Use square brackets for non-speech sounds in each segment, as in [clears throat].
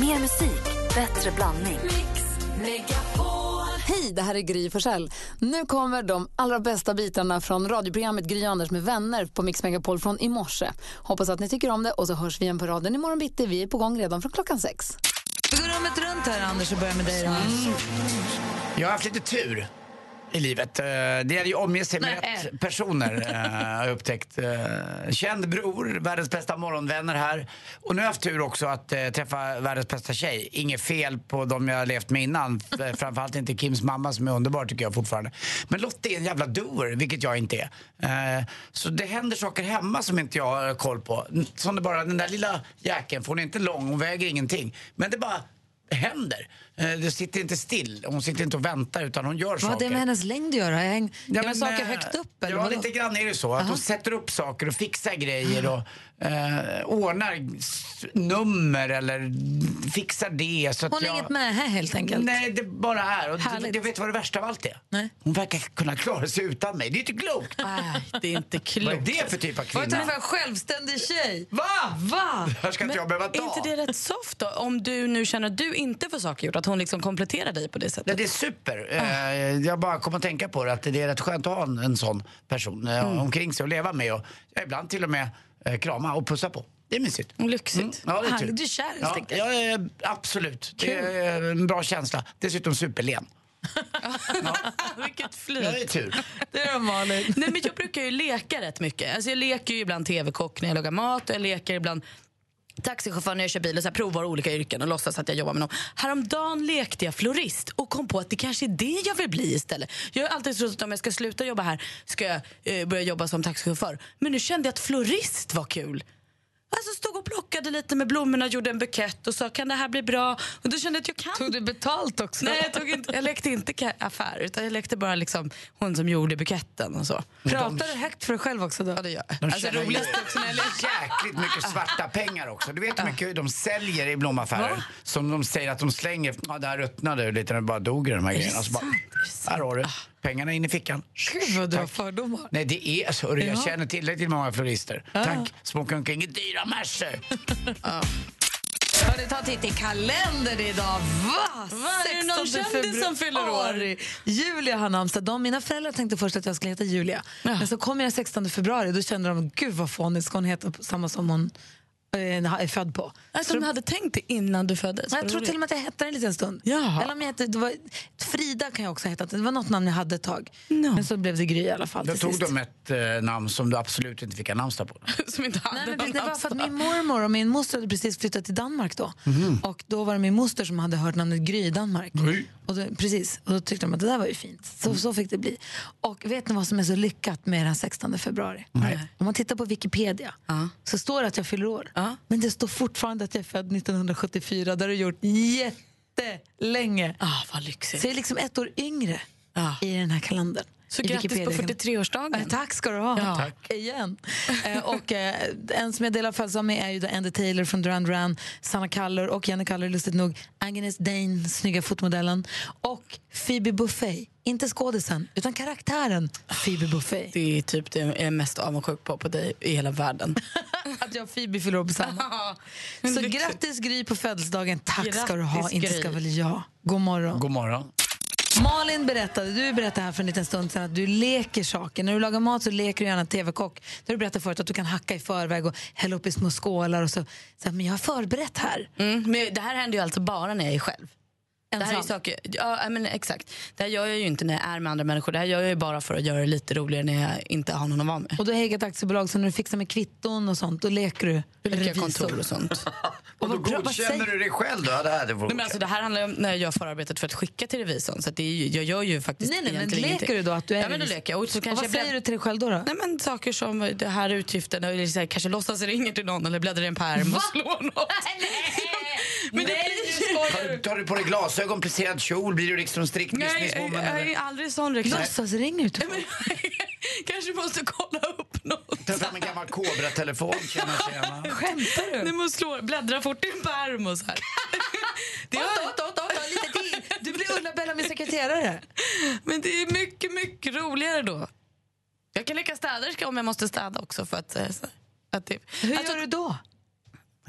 Mer musik, bättre blandning. Hej, det här är Gry Forssell. Nu kommer de allra bästa bitarna från radioprogrammet Gry Anders med vänner på Mix Megapol från i morse. Hoppas att ni tycker om det och så hörs vi igen på raden imorgon bitti. Vi är på gång redan från klockan sex. Vi går rummet runt här, Anders, och börjar med dig. Då. Jag har haft lite tur i livet. Eh, Det gäller ju att omge sig med Nej. rätt personer, eh, har jag upptäckt. Eh, Känd bror, världens bästa morgonvänner här. Och nu har jag haft tur också att eh, träffa världens bästa tjej. Inget fel på dem jag har levt med innan. F- eh, Framförallt inte Kims mamma som är underbar tycker jag fortfarande. Men Lotta är en jävla doer, vilket jag inte är. Eh, Så det händer saker hemma som inte jag har koll på. Som det bara, den där lilla jäkeln, för hon är inte lång, hon väger ingenting. Men det bara händer. Eh, Det sitter inte still, hon sitter inte och väntar utan hon gör Vad har saker. det med hennes längd att göra? Häng... Ja, men, saker eh, högt upp? Eller Ja, vadå? lite grann är det så. Att de sätter upp saker och fixar grejer och eh, ordnar s- nummer eller fixar det. Så att Hon är jag... inget med här helt enkelt. Nej, det bara är. Och du, Härligt. du vet vad det värsta av allt är? Nej. Hon verkar kunna klara sig utan mig. Det är inte klokt. Nej, det är inte Vad är klokt. det för typ av Vad är det kvinna? för en självständig tjej? Va? Va? Det här ska inte jag behöva ta. Är inte det rätt soft då? Om du nu känner att du inte får saker gjort, att hon liksom kompletterar dig på det Nej, sättet. det är super. Eh, Jag bara kom att tänka på det, att det är rätt skönt att ha en, en sån person eh, Mm. omkring sig och leva med och ja, ibland till och med eh, krama och pussa på. Det är mysigt. Mm. Lyxigt. Ja, det är tur. Härligt, du är kär helt ja, enkelt. ja, eh, absolut. Det är en bra känsla. Dessutom superlen. Vilket Ja, flyt. det är tur. Det är Malin. Nej, men jag brukar ju leka rätt mycket. Alltså, jag leker ju ibland tv-kock när jag lagar mat och jag leker ibland taxichaufför när jag kör bil och så här, provar olika yrken och låtsas att jag jobbar med någon. Häromdagen lekte jag florist och kom på att det kanske är det jag vill bli istället. Jag har alltid trott att om jag ska sluta jobba här ska jag eh, börja jobba som taxichaufför. Men nu kände jag att florist var kul. Alltså stod och plockade lite med blommorna, gjorde en bukett och sa kan det här bli bra? Och då kände jag att jag kan Tog du betalt också? Nej, jag, tog inte, jag lekte inte ka- affär, utan jag lekte bara liksom hon som gjorde buketten och så. Pratar du högt för dig själv också då? Ja, det gör jag. De Alltså, tjänar ju roligast också när jag leker. jäkligt mycket svarta pengar också. Du vet hur mycket de säljer i blomaffärer Va? som de säger att de slänger. Ja, där ruttnade det lite när det bara dog i de här grejerna. Alltså bara, här har du. Pengarna in i fickan. Gud vad du har Tack. fördomar. Nej, det är så. Jag Ja. känner tillräckligt många florister. Tack. Som åker omkring i dyra Mercer. Hörni, ta en titt i kalendern idag. Va? Va, är det någon 16 kändis som fyller år? februari. Julia har namnsdag. De, mina föräldrar tänkte först att jag skulle heta Julia. Men så kom jag 16 februari då kände de, gud vad fånigt, ska hon heta på samma som hon eh, är född på? Alltså, de hade tänkt det innan du föddes. Men jag tror till och med att jag hette det en liten stund. Jaha. Eller om jag hette, det var, Frida kan jag också ha hetat. Det var något namn jag hade ett tag. No. Men så blev det Gry i alla fall. Då till tog sist. de ett eh, namn som du absolut inte fick ha namnsdag på. Som inte hade Nej, men vet ni någon varför? Att namnsdag. min mormor och min moster hade precis flyttat till Danmark då. Och då var det min moster som hade hört namnet Gry i Danmark. Gry. Och då, precis, och då tyckte de att det där var ju fint. Så, så fick det bli. Och vet ni vad som är så lyckat med den 16 februari? Nej. Om man tittar på Wikipedia så står det att jag fyller år. Men det står fortfarande att jag är född 1974. Det har det gjort jättelänge. Ah, vad lyxigt. Så jag är liksom ett år yngre Ja. i den här kalendern. Så I grattis på Wikipedia. 43-årsdagen. Eh, Tack ska du ha. Ja. Tack. Igen. Eh, och, eh, en som jag delar födelsedag med är ju då Andy Taylor från Duran Duran, Sanna Kallur och Jenny Kallur, lustigt nog, Agnes Dane, snygga fotmodellen, och Phoebe Buffay. Inte skådisen, utan karaktären Phoebe Buffay. Det är typ det jag är mest avundsjuk på, på dig i hela världen. [laughs] Att jag och Phoebe fyller upp samma. Så lyxigt. grattis Gry på födelsedagen. Tack ska du ha. Grattis, Inte Gry. ska väl jag. God morgon. God morgon. Malin berättade, du berättade här för en liten stund sedan att du leker saker. När du lagar mat så leker du gärna tv-kock. Du berättade förut att du kan hacka i förväg och hälla upp i små skålar och så. så här, men jag har förberett här. Mm, men det här händer ju alltså bara när jag är själv. Det här är ju Ensam. saker, ja, I men exakt. Det här gör jag ju inte när jag är med andra människor. Det här gör jag ju bara för att göra det lite roligare när jag inte har någon att vara med. Och du har eget aktiebolag så när du fixar med kvitton och sånt då leker du Då leker jag revisor. kontor och sånt. Och då vad bra- vad godkänner säger- du dig själv då? Ja, det här det Nej, men alltså, det här handlar ju om när jag gör förarbetet för att skicka till revisorn. Så att det är ju, jag gör ju faktiskt Nej, nej, men egentligen leker du då att du är Ja, men då revisor? leker jag. Och så Och kanske vad jag säger du blädd- till dig själv då? då? Nej, men saker som det här utgiften, eller så här, kanske låtsas ringer till någon eller bläddrar i en pärm och slår något. men det blir ju... Tar, du- tar du på dig glasögon, plisserad kjol? Blir du liksom strikt Nej, jag, businesswoman? jag eller? är aldrig sån reklam. Låtsas ringer du till folk. [laughs] kanske måste kolla upp något. Ta fram en gammal Kobra-telefon. Tjena, tjena. Skämtar du? Nej, men slår, bläddrar fort i en pärm och så här. [laughs] Det har- Vänta, vänta, vänta, vänta, lite till. Du blir Ulla-Bella min sekreterare. Men det är mycket, mycket roligare då. Jag kan leka städerska om jag måste städa också. För att, eh, så- att det, Hur alltså, gör du då?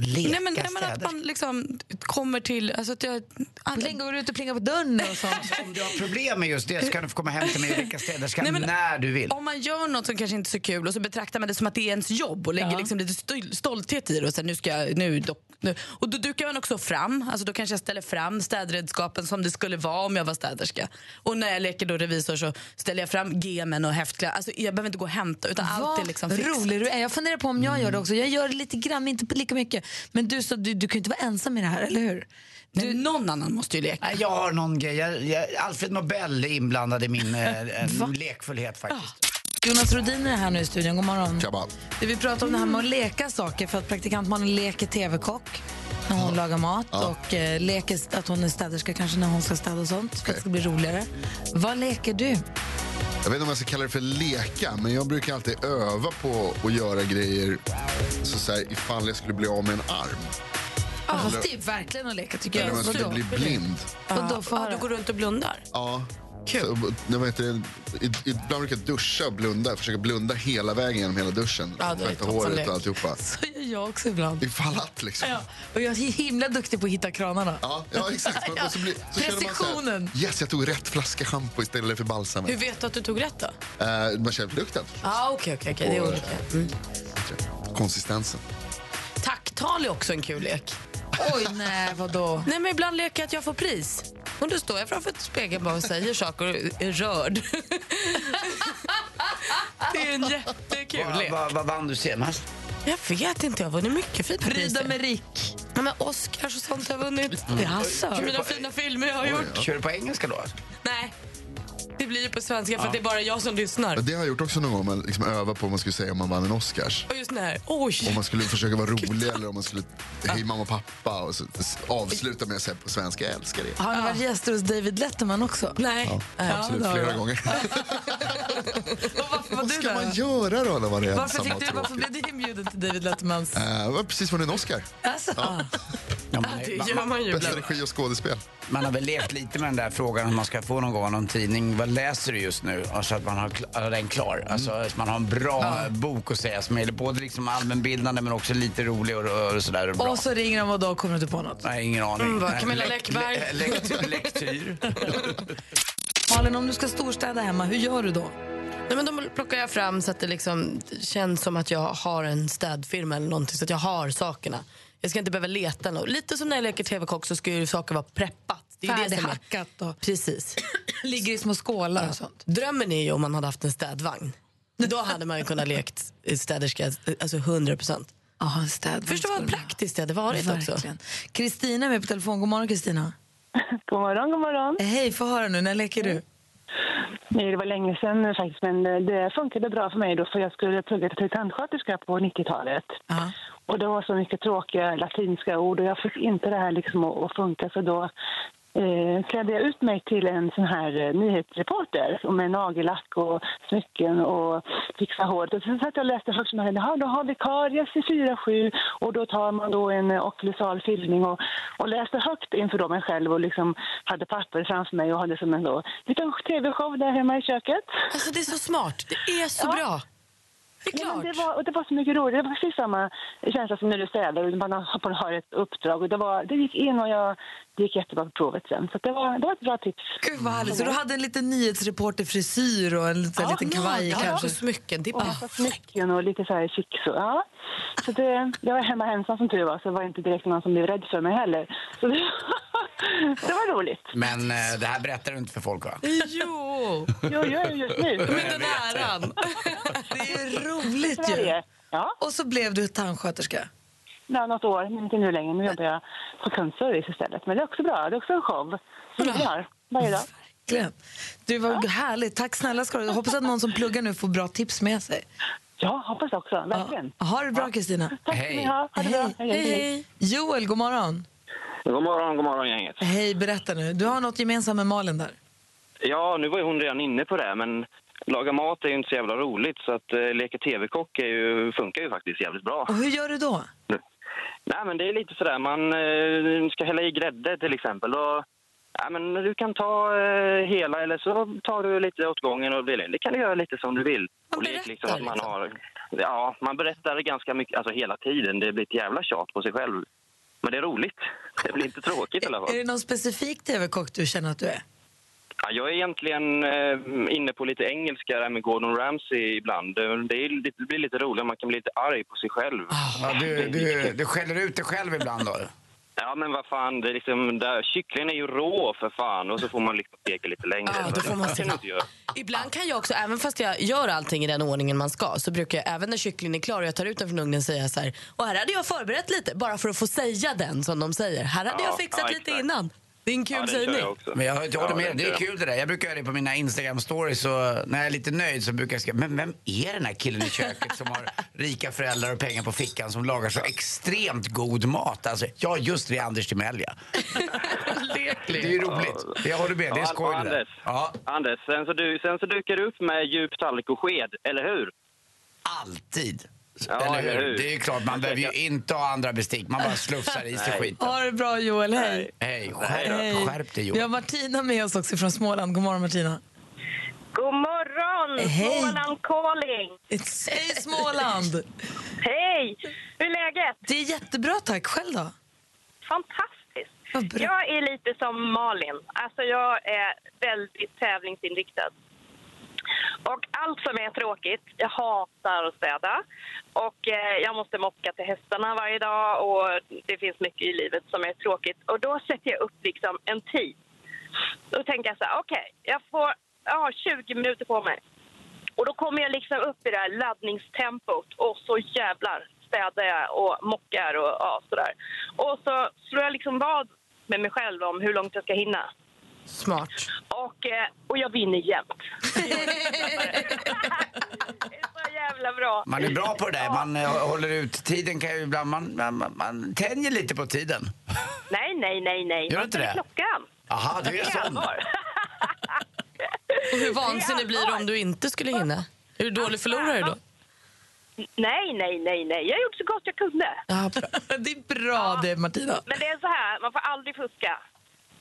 Leka Nej men, nej, men att städerska. man liksom kommer till... Alltså att jag, att, Plinga, går du ut och plingar på dörren och sånt? [laughs] Om du har problem med just det så kan du få komma hem till mig och leka städerska Nej, men- när du vill. om man gör något som kanske inte är så kul och så betraktar man det som att det är ens jobb och lägger liksom lite stol- stolthet i det och sen nu ska jag, nu, dock, nu. Och då dukar man också fram, alltså då kanske jag ställer fram städredskapen som det skulle vara om jag var städerska. Och när jag leker då revisor så ställer jag fram gemen och häftkläder. Alltså jag behöver inte gå och hämta utan allt är Vad liksom fixat. rolig du är. Jag funderar på om jag gör det också. Jag gör det lite grann, men inte lika mycket. Men du, så, du, du kan ju inte vara ensam i det här, eller hur? Du, någon annan måste ju leka. Nej, Jag har någon grej. Jag, jag, Alfred Nobel är inblandad i [laughs] min eh, en lekfullhet faktiskt. Jonas Rodin är här nu i studion. God morgon. Tjabba. Du vill prata om det här med att leka saker för att praktikantmannen leker tv-kock när hon lagar mat och eh, leker st- att hon är städerska kanske när hon ska städa och sånt för att det ska bli roligare. Vad leker du? [laughs] Jag vet inte om jag ska kalla det för leka, men jag brukar alltid öva på att göra grejer så så här, ifall jag skulle bli av med en arm. Fast det är verkligen att leka tycker Eller jag. om jag skulle Vadå? bli blind. Vadå, få Ja, du höra. går runt och blundar. Ja. Så, nej, vad heter det? I- Ibland brukar jag duscha och blunda. Försöka blunda hela vägen genom hela duschen. Ja, det är Tvätta toppen håret lek. och alltihopa. Så gör jag också ibland. Ifall att liksom. Ja. Och jag är himla duktig på att hitta kranarna. Ja, ja [laughs] exakt. Ja. Och så blir, så känner man så Precisionen. här, yes, jag tog rätt flaska schampo istället för balsam. Hur vet du att du tog rätt då? Eh, man känner lukten, Ah, okej, okej, okej. Det är Och- olika. konsistensen. Tacktal är också en kul lek. Oj, nej, vadå? Nej, men ibland leker jag att jag får pris. Och då står jag framför ett spegel bara och säger saker och är rörd. [laughs] det är en jättekul Vad lek. vad- vad vann du senast? Jag vet inte, jag har vunnit mycket fint Pryda med Rick. Ja, men Oscars och sånt har jag vunnit. Mm. För mina fina filmer jag har gjort. Kör du på engelska då? Nej, det blir ju på svenska för att det är bara jag som lyssnar. Men Det har jag gjort också någon gång. Man liksom övar på vad man skulle säga om man vann en Oscars. Och just den här, oj. Om man skulle försöka vara rolig eller om man skulle hej mamma och pappa och så, avsluta med att säga på svenska jag älskar dig. Har ni varit gäster hos David Letterman också? Nej. Nej. Absolut, det har flera jag. [laughs] gånger. Varför var vad du ska man där? göra då när man är Varför, ensam fick och du, varför tråkig? blev du inbjuden till David Lettermans? Eh, Det var precis vad en Oscar. Alltså. Ja, man, Det man, gör man ju Bästa ibland. regi och skådespel. man har väl levt lite med den där frågan om man ska få någon gång någon tidning. Vad läser du just nu? Och Så att man har kl- har den klar. Alltså Mm. att man har en bra eh, bok att säga som är både liksom allmänbildande men också lite rolig och, och, och sådär. Och bra. Och så ringer de och då kommer du inte på något. Nej, ingen aning. Mm, vad, Nej, Camilla lek- Läckberg? le- Lektyr. [laughs] lektyr. Malin, om du ska storstäda hemma, hur gör du då? Nej, men de plockar jag fram så att det liksom känns som att jag har en städfirma eller någonting, så att jag har sakerna. Jag ska inte behöva leta. Något. Lite som när jag leker tv-kock så ska ju saker vara preppat. Det är ju det som är. Färdighackat och [clears throat] Precis. ligger i små skålar och sånt. Drömmen är ju om man hade haft en städvagn. Då hade man ju kunnat lekt städerska, alltså 100 procent. Ja, en städvagn. Förstå vad skulle man ha. praktiskt det hade varit också. Verkligen. Kristina är med på telefon. God morgon, Kristina. [laughs] Eh, God morgon, god morgon. Mm. Hej, få höra nu. När leker du? Nej, det var länge sedan eh, faktiskt, men eh, det funkade bra för mig då för jag skulle plugga till tandsköterska på 90-talet. Ja. Och det var så mycket tråkiga latinska ord och jag fick inte det här liksom att, att funka så då eh, klädde jag ut mig till en sån här eh, nyhetsreporter och med nagellack och smycken och fixa håret. Och sen satt jag och läste högt som henne. Då har vi karies i 4-7 och då tar man då en eh, ocklusal fyllning och, och läste högt inför då mig själv och liksom hade papper framför mig och hade som en då, liten tv-show där hemma i köket. Alltså det är så smart. Det är så Ja. bra. Det är Ja, men klart. det, var, och det var så mycket roligt. Det var precis samma känsla som när du städar och man har, man har ett uppdrag. Och det, var, det gick in och jag, det gick jättebra på provet sen. Så att det, var, det var ett bra tips. Gud vad härligt. Så du hade en liten nyhetsreporterfrisyr och en liten, Mm. Ja, liten kavaj Ja, kanske? och smycken. Det är Och bara... massa smycken och lite så här chics. och- Ja. Så det, jag var hemma ensam som tur var så det var inte direkt någon som blev rädd för mig heller. Så det, [laughs] det var roligt. Men eh, det här berättar du inte för folk va? Jo, Jo, jag är ju just nu. med den äran. Det är ju roligt ju. Sverige. Ja, Och så blev du tandsköterska. ja, något år, men inte nu längre. Nu jobbar jag på kundservice istället. Men det är också bra. Det är också en show som vi har varje dag. Verkligen. Du, var härligt. Tack snälla ska du ha. Hoppas att någon som pluggar nu får bra tips med sig. Ja, hoppas också. Ja. Verkligen. Ha det bra, Kristina. Tack Hej. ska ni ha. Ha det bra. Joel, god morgon. God morgon, god morgon gänget. Hej, berätta nu. Du har något gemensamt med Malin där. Ja, nu var ju hon redan inne på det, men laga mat är ju inte så jävla roligt så att eh, leka tv-kock är ju, funkar ju faktiskt jävligt bra. Och hur gör du då? Nej, men det är lite sådär, man eh, ska hälla i grädde till exempel. Då Ja, men du kan ta eh, hela eller så tar du lite åt gången och delar in. Det kan du göra lite som du vill. Man och lek berättar liksom att man liksom. har... Ja, man berättar ganska mycket, alltså hela tiden. Det blir ett jävla tjat på sig själv. Men det är roligt. Det blir inte tråkigt i alla Är fall. det någon specifik TV-kock du känner att du är? Ja, jag är egentligen eh, inne på lite engelska där med Gordon Ramsay ibland. Det, är, det blir lite roligt, man kan bli lite arg på sig själv. Ah, Ja, du, du, du skäller ut dig själv ibland då? Ja, men vad fan, det är liksom, där, kycklingen är ju rå för fan och så får man liksom steka lite längre. Ah, Ja, då får Det man kan se. du inte göra. Ibland kan jag också, även fast jag gör allting i den ordningen man ska, så brukar jag även när kycklingen är klar och jag tar ut den från ugnen säga så här, och här hade jag förberett lite, bara för att få säga den som de säger. Här hade Ja, jag fixat ja, lite exakt. innan. Det är en kul Ja, det kör sägning. jag också. Men jag, jag håller Ja, med, det kör är jag. kul det där. Jag brukar göra det på mina Instagram-stories och när jag är lite nöjd så brukar jag skriva, men vem är den här killen i köket som har rika föräldrar och pengar på fickan som lagar så extremt god mat? Alltså, ja just det, Anders Timell ja. Det är ju roligt. Jag håller med, det är Ja, skoj det där. Anders, Ja, Anders sen, så du, sen så dyker du upp med djup tallrik och sked, eller hur? alltid. Ja, Eller eller hur? hur? Det är ju [laughs] klart, man behöver ju inte ha andra bestick. Man bara slufsar i sig Nej. skiten. Ha det bra Joel, hej! Hej, skärp, Hej. skärp dig Vi har Johan. Martina med oss också från Småland. God morgon Martina! Eh, God morgon! Hej. Småland calling! Hej Småland! [laughs] Hej! Hur är läget? Det är jättebra tack, själv då? Fantastiskt! Vad bra. Jag är lite som Malin. Alltså jag är väldigt tävlingsinriktad. Och allt som är tråkigt, jag hatar att städa. Och eh, jag måste mocka till hästarna varje dag och det finns mycket i livet som är tråkigt. Och då sätter jag upp liksom en tid. Då tänker jag så här, okej, jag får jag har 20 minuter på mig. Och då kommer jag liksom upp i det här laddningstempot och så jävlar städar jag och mockar och ja, sådär. Och så slår jag liksom vad med mig själv om hur långt jag ska hinna. [laughs] Smart. Och, eh, och jag vinner [laughs] jämt. det är så jävla bra. Man är bra på det där, man eh, håller ut. Tiden kan ju ibland, man, man, man- man tänjer lite på tiden. Nej, nej, nej, nej. Gör inte Jag det? ställer Klockan. Aha, du är Det är sån. allvar. Och hur Det vansinnig är blir du om du inte skulle hinna? Är du Alltså, dålig förlorare då? nej, nej, nej, nej. Jag gjorde så gott jag kunde. Ja, [laughs] bra. Det är bra det Martina. Men det är så här, man får aldrig fuska.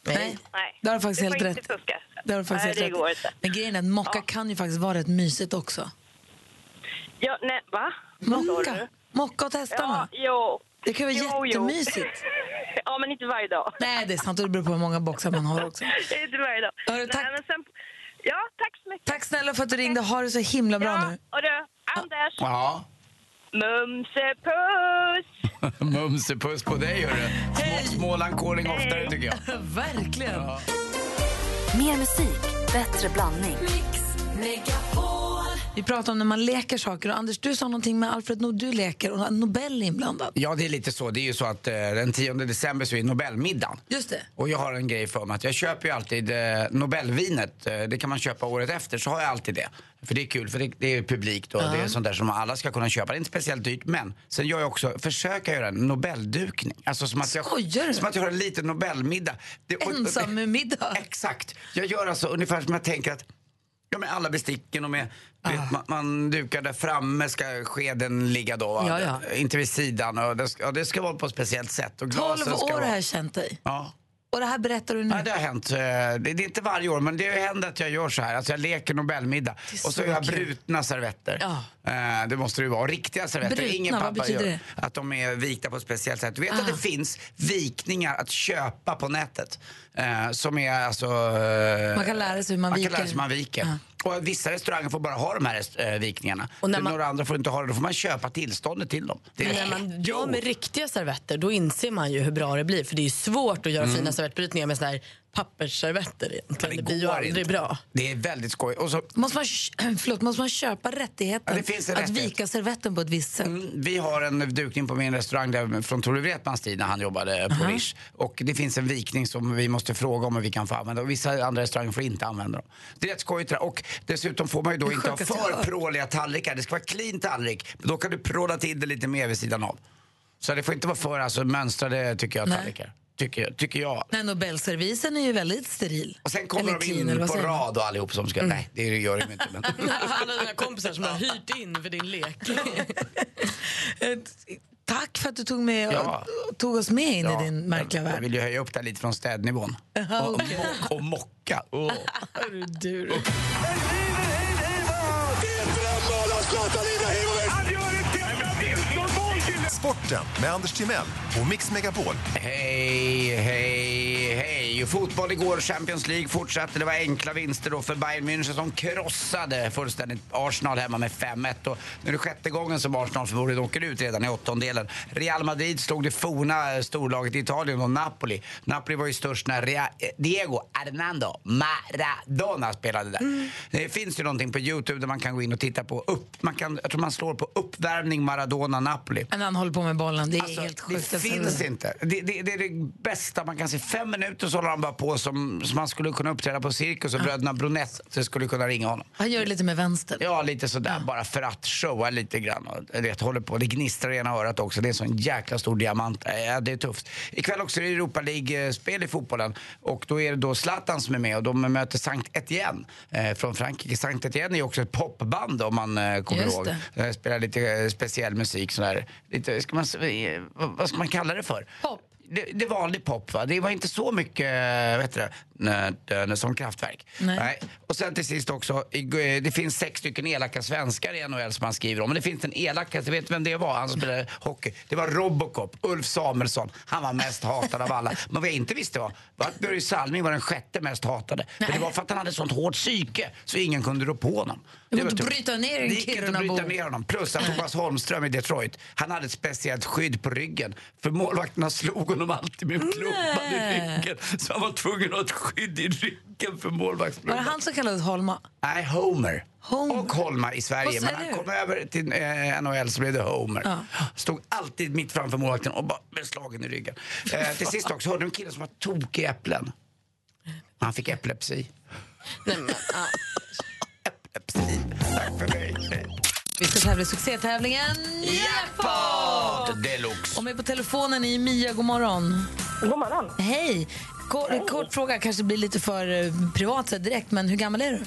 Nej. Nej. Det har du faktiskt får helt inte rätt. Fuska. Det har du faktiskt nej, helt rätt det i. går inte. Men grejen är att mocka kan ju faktiskt vara rätt mysigt också. Ja, nej, va? Vad sa du? Mocka, mocka åt hästarna. Ja, jo. Det kan vara Jo, jo. [laughs] jättemysigt. ja, men inte varje dag. Nej, det är sant. Och det beror på hur många boxar man har [laughs] också. inte varje dag. Hörru, tack. Nej, men sen... Ja, tack så mycket. Tack snälla för att du ringde. Ha det så himla bra ja, nu. och du, Anders. Ja. Mumsepuss! Mumsepuss på dig hörru. Små, Småland calling oftare tycker jag. Verkligen. Mer musik, bättre blandning. Vi pratar om när man leker saker. Och Anders, du sa någonting med Alfred Nord. Du leker och Nobel är inblandad. Ja, det är lite så. Det är ju så att eh, den 10 december så är Nobelmiddagen. Just det. Och jag har en grej för mig att jag köper ju alltid eh, Nobelvinet. Eh, det kan man köpa året efter, så har jag alltid det. För det är kul, för det, det är publikt och det är sånt där som alla ska kunna köpa. Det är inte speciellt dyrt, men sen gör jag också, försöker göra en Nobeldukning. Alltså som att jag, Skojar du? som att jag har en liten Nobelmiddag. Det- och- och- Ensam med middag. Exakt. Jag gör alltså ungefär som jag tänker att Ja, med alla besticken och med, Ah. vet, man, man dukar där framme ska skeden ligga då. Va? Ja, ja. Inte vid sidan. Och det, ska, ja, det ska vara på ett speciellt sätt. 12 Och glasen ska år har vara, jag känt dig. ja. Och det här berättar du ja, nu. det har hänt. eh, Det, det är inte varje år men det har hänt att jag gör så här. Alltså jag leker Nobelmiddag är och så så gör jag kul. brutna servetter. Ja. Eh, Det måste det ju vara. Och Riktiga servetter. Brutna, Ingen vad pappa betyder gör. det? Att de är vikta på ett speciellt sätt. Du vet att det finns vikningar att köpa på nätet. eh, Som är alltså... eh, Man kan lära sig hur man man viker. kan lära sig hur man viker. Ja. Och vissa restauranger får bara ha de här eh, vikningarna. Och när man- Några andra får inte ha det. Då får man köpa tillståndet till dem. Det är- Men när man Jo. gör med riktiga servetter då inser man ju hur bra det blir. För det är ju svårt att göra Mm. fina servettbrytningar med såna här pappersservetter egentligen. Det, blir ju går aldrig inte. bra. Det är väldigt skoj. Och så, Måste man, [clears throat] förlåt, måste man köpa rättigheten Ja, det finns en att rättighet. vika servetten på ett visst sätt? Mm, Vi har en dukning på min restaurang där, från Tore Wretmans tid när han jobbade på Rish. Och det finns en vikning som vi måste fråga om hur vi kan få använda. Och vissa andra restauranger får inte använda dem. Det är rätt skojigt det där. Och dessutom får man ju då inte ha sjukaste jag för hört. pråliga tallrikar. Det ska vara clean tallrik. Då kan du pråla till det lite mer vid sidan av. Så det får inte vara för alltså, mönstrade tycker jag, Nej. tallrikar. Tycker, jag- tycker jag. Nej, Nobelservisen är ju väldigt steril. Och sen kommer Eller de clean, eller in vad på säger man? Mm. rad och allihop som ska... Nej, det gör de inte. [laughs] Men... Alla dina kompisar som har hyrt in för din lek. Eh, Tack för att du tog, med, Ja. tog oss med in Ja, i din märkliga jag, jag värld. vill ju höja upp det lite [laughs] från städnivån. Och, och, mock- och mocka. Åh. Sporten med Anders Timell och Mix Megapol. Hej, hej, hej. Fotboll igår, Champions League fortsatte. Det var enkla vinster då för Bayern München som krossade fullständigt Arsenal hemma med 5-1. Och nu är det sjätte gången som Arsenal förmodligen åker ut redan i åttondelen. Real Madrid slog det forna eh, storlaget i Italien och Napoli. Napoli var ju störst när Rea- eh, Diego Armando Maradona spelade där. Det finns ju någonting på Youtube där man kan gå in och titta på upp. Man kan, jag tror man slår på uppvärmning Maradona-Napoli. Men han håller på med bollen, det är Alltså, helt det sjukt. Alltså, finns inte. Det, det, det är det bästa man kan se. Fem minuter så håller han bara på som, som han skulle kunna uppträda på cirkus och bröderna Brunett skulle kunna ringa honom. Han gör det lite med vänster. Ja, lite sådär bara för att showa lite grann. Och, det, håller på. det gnistrar i ena örat också. Det är en sån jäkla stor diamant. Eh, Ja, det är tufft. Ikväll också är det Europa League-spel i fotbollen. Och då är det då Zlatan som är med och de möter Sankt Etienne eh, från Frankrike. Sankt Etienne är också ett popband om man eh, kommer Just ihåg. det. Eh, Spelar lite eh, speciell musik sådär. Lite, ska man, s- eh, vad, vad ska man kalla det för? Pop. Det, det är vanlig pop va? Det var inte så mycket, eh, vet du det, nö, dö, nö, som kraftverk. Nej. Och sen till sist också, i- eh, det finns sex stycken elaka svenskar i NHL som man skriver om. Men det finns en elakaste, vet du vem det var? Han som spelade hockey. Det var Robocop, Ulf Samuelsson. Han var mest hatad av alla. Men vad jag inte visste var, var att Börje Salming var den sjätte mest hatade. Men det var för att han hade sånt hårt psyke så ingen kunde rå på honom. Det går var inte att tufft. bryta ner en Det gick inte att Kirunabo. bryta ner honom. Plus att Thomas Holmström i Detroit, han hade ett speciellt skydd på ryggen. För målvakterna slog honom alltid med en klubba i Nej. ryggen. Så han var tvungen att ha ett skydd i ryggen för Var det målvaktsklubban. han som kallades Holma? Nej, Homer. Homer. Och Holma i Vad Sverige. säger Men han du? kom över till eh, NHL så blev det Homer. Stod alltid mitt framför målvakten och bara blev slagen i ryggen. Eh, till sist också, hörde du om killen som var tokig i äpplen? Han fick epilepsi. epilepsi. Tack för mig. Vi ska tävla i succétävlingen Jackpot! Deluxe. Och med på telefonen är Mia, god morgon. God morgon. Hej! Kort, kort fråga, kanske blir lite för eh, privat så här direkt, men hur gammal är du?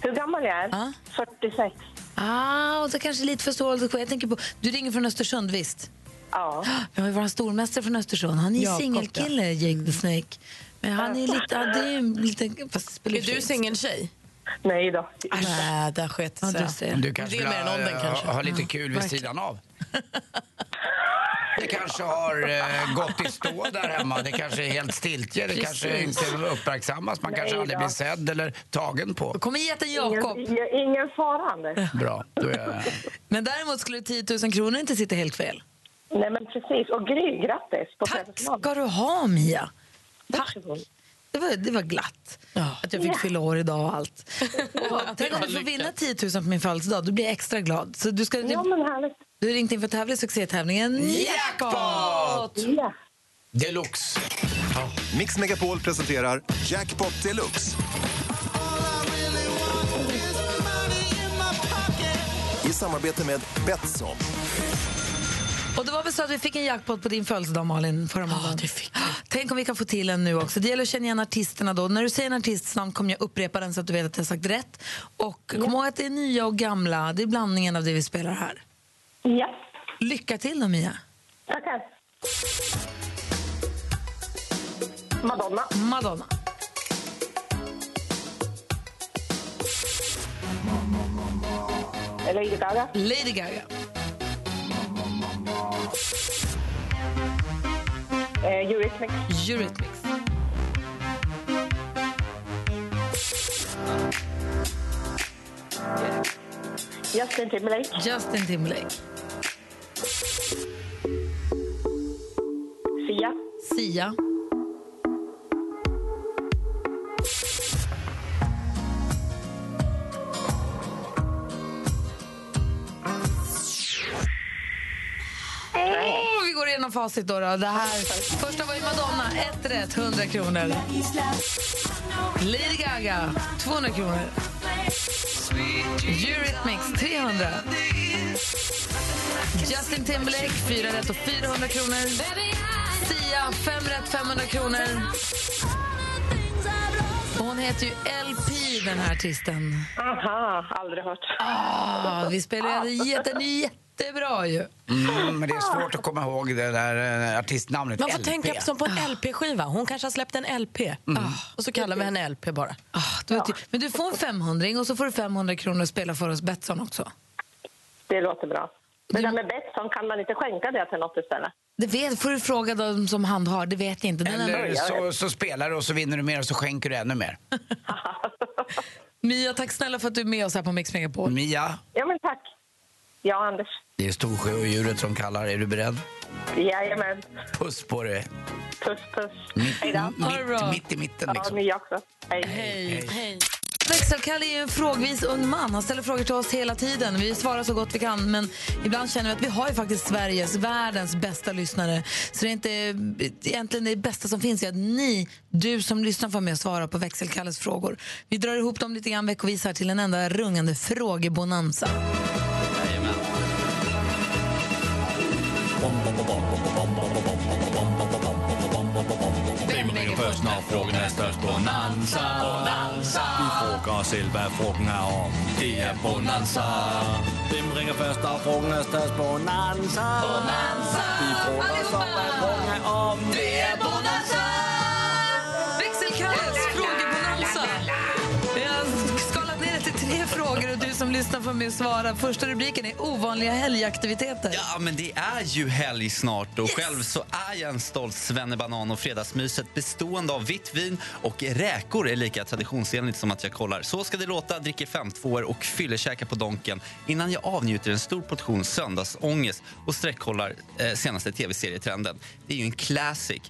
Hur gammal jag är? Ja. 46. Ah, och så kanske lite förståelse. Jag tänker på, du ringer från Östersund, visst? Ja. Vi har ju vår stormästare från Östersund. Han är ju Jakob, singelkille, Jake the Snake. Men han är lite... Ja, det är ju lite fast det spelar ju Är för du sig- singeltjej? Nej då. Nej, där sket Ja, det du sig. ser. Du kanske Det är vill mer än åldern, ha, eh, kanske. Mm. ha, ha lite kul vid verkligen. [laughs] sidan av. Det kanske har eh, gått i stå där hemma. Det kanske är helt stiltje. Det kanske inte uppmärksammas. Man kanske Nej aldrig då. blir sedd eller tagen på. Då kommer jätten Jakob. Ingen, ingen fara, Anders. Bra, då är jag... Men däremot skulle 10 000 kronor inte sitta helt fel. Nej, men precis. Och Gry, grattis på Tack födelsedagen. ska du ha, Mia. Tack. Varsågod. Det var, det var glatt att jag fick fylla år idag och [laughs] allt. Och Tänk om du får vinna 10 000 på min födelsedag, då blir jag extra glad. Så du, ska, Ja, men härligt. du har ringt in för att tävla i succétävlingen Jackpot! Ja. Deluxe. Mix Megapol presenterar Jackpot Deluxe. I samarbete med Betsson. Och det var väl så att vi fick en jackpot på din födelsedag Malin förra månaden. Tänk om vi kan få till en nu också. Det gäller att känna igen artisterna då. När du säger en artists namn kommer jag upprepa den så att du vet att jag har sagt rätt. Och kom ihåg att det är nya och gamla. Det är blandningen av det vi spelar här. ja. Lycka till då Mia. Tackar. Madonna. Madonna. Lady Gaga. Lady Gaga. Eh, Eurythmics. Eurythmics. Justin Timberlake. Justin Timberlake. Sia. Sia. Åh, vi går igenom facit då. då. Det här, första var ju Madonna, ett rätt, 100 kronor. Lady Gaga, 200 kronor. Eurythmics, 300. Justin Timberlake, 4 rätt och 400 kronor. Sia, 5 rätt, 500 kronor. Och Hon heter ju LP, den här artisten. Aha, aldrig hört. Ah, vi spelade jätte, jätte, jättebra ju. Mm, men det är svårt att komma ihåg det där eh, artistnamnet Man får LP. tänka som på Ah, en LP-skiva. Hon kanske har släppt en LP. Mm. Och så kallar vi henne LP bara. Ah, du är ty- Men du får en 500 och så får du 500 kronor att spela för oss Betsson också. Det låter bra. Men det där med Betsson, kan man inte skänka det till något istället? Det vet, får du fråga dem som handhar, det vet jag inte. Den Eller enda- så, så spelar du och så vinner du mer och så skänker du ännu mer. Mia, tack snälla för att du är med oss här på Mix Megapol. Mia, Ja, men tack. Ja, Anders. det är Storsjöodjuret som kallar. Är du beredd? Jajamän. Puss på dig. Puss, puss. Hej då. Mitt, mitt i mitten Ja, liksom. ni också. Hej. Hej. Växelkalle är ju en frågvis ung man. Han ställer frågor till oss hela tiden. Vi svarar så gott vi kan, men ibland känner vi att vi har ju faktiskt Sveriges, världens bästa lyssnare. Så det är inte egentligen det bästa som finns är att ni, du som lyssnar, får med och svara på Växelkalles frågor. Vi drar ihop dem lite grann veckovis här till en enda rungande frågebonanza. Hvem ringer først, når frugten er størst? Bonanza, bonanza. Vi frugger os selv, hvad frugten er om. Det er bonanza. Hvem ringer først, når frugten er størst? Bonanza, bonanza. Vi frugger os selv, hvad frugten er om. Det er bonanza. Växelkalles frågebonanza. Vi har skalat ner det till tre frågor och du som lyssnar får med och svara. Första rubriken är ovanliga helgaktiviteter. Ja, men det är ju helg snart och själv så är jag en stolt svennebanan och fredagsmyset bestående av vitt vin och räkor är lika traditionsenligt som att jag kollar. Så ska det låta, dricker fem tvåor och fyllekäkar på Donken innan jag avnjuter en stor portion söndagsångest och sträckkollar eh, senaste tv-serietrenden. Det är ju en classic.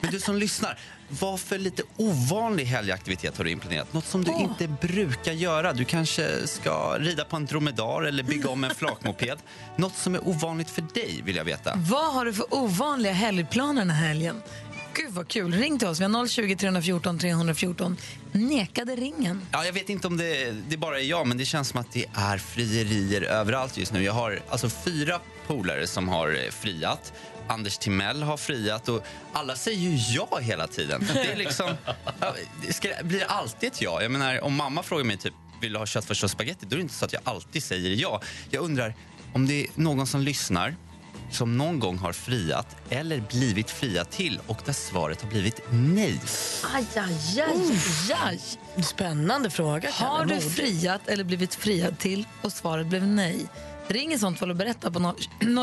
Men du som lyssnar, vad för lite ovanlig helgaktivitet har du inplanerat? Något som du inte brukar göra? Du kanske ska rida på en dromedar eller bygga om en flakmoped? Något som är ovanligt för dig vill jag veta. Vad har du för ovanliga helgplaner den här helgen? Gud vad kul. Ring till oss. Vi har 020 314 314. Nekade ringen. Ja, jag vet inte om det, det bara är jag, men det känns som att det är frierier överallt just nu. Jag har alltså fyra polare som har eh, friat. Anders Timell har friat och alla säger ju ja hela tiden. Det är liksom, ja, det ska, blir alltid ett ja. Jag menar, om mamma frågar mig typ, vill du ha köttfärs och spagetti? Då är det inte så att jag alltid säger ja. Jag undrar om det är någon som lyssnar som någon gång har friat eller blivit fria till och där svaret har blivit nej. Aj, aj, Mm. aj, aj. Spännande fråga. Har Kalle. du Modig. friat eller blivit friad till och svaret blev nej? Ring i sånt fall och berätta på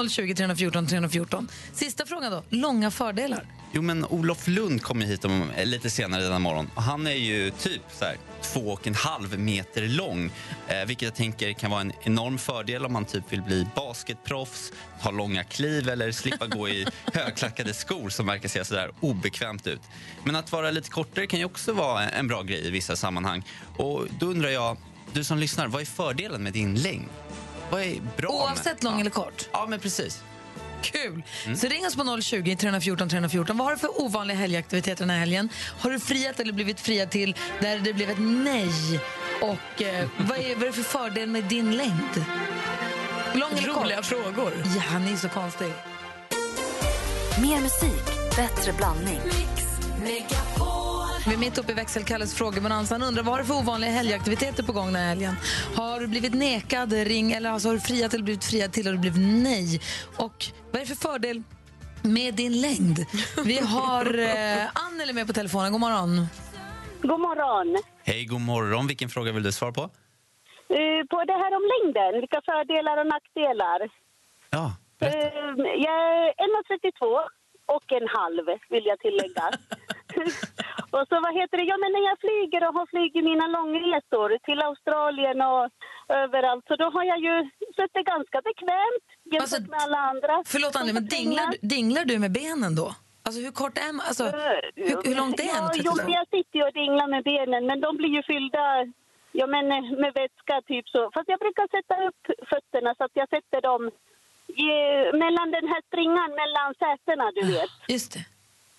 020 314 314. Sista frågan då. Långa fördelar. Jo, men Olof Lund kommer hit om, eh, lite senare denna morgon. Och Han är ju typ så här, två och en halv meter lång eh, vilket jag tänker kan vara en enorm fördel om man typ vill bli basketproffs, ta långa kliv eller slippa gå i högklackade skor som verkar se så där obekvämt ut. Men att vara lite kortare kan ju också vara en- en bra grej i vissa sammanhang. Och Då undrar jag, du som lyssnar, vad är fördelen med din längd? Vad är bra Oavsett lång eller kort? Ja, men precis. Kul! Mm. Så ring oss på 020 314 314. Vad har du för ovanliga helgaktiviteter den här helgen? Har du friat eller blivit friad till där det blev ett nej? Och [laughs] eh, vad, är, vad är det för fördel med din längd? Lång eller kort? Roliga frågor. Ja, han är så konstig. Mer musik, bättre blandning. Vi är mitt uppe i växelkalles frågebonanza. Han undrar vad har du för ovanliga helgaktiviteter på gång den här helgen? Har du blivit nekad, ring eller alltså, har du friat eller blivit friad till och det blev nej? Och vad är det för fördel med din längd? Vi har eh, Anneli med på telefonen. God morgon. God morgon. Hej, god morgon. Vilken fråga vill du svara på? Eh, på det här om längden, vilka fördelar och nackdelar? Ja, eh, Jag är 1,32 och en halv, vill [laughs] jag tillägga. och så vad heter det? Ja, men när jag flyger och har flugit mina långresor till Australien och överallt, så då har jag ju suttit ganska bekvämt jämfört med alla andra. Alltså, Förlåt Anneli, men dinglar, du- dinglar du med benen då? Alltså hur kort är man? Alltså, hur, hur långt är Ja, en? jo, men jag sitter ju och dinglar med benen, men de blir ju fyllda ja, men, eh, med vätska. typ så. Fast jag brukar sätta upp fötterna så att jag sätter dem i, mellan den här springan mellan sätena, du vet. Ah, Just det.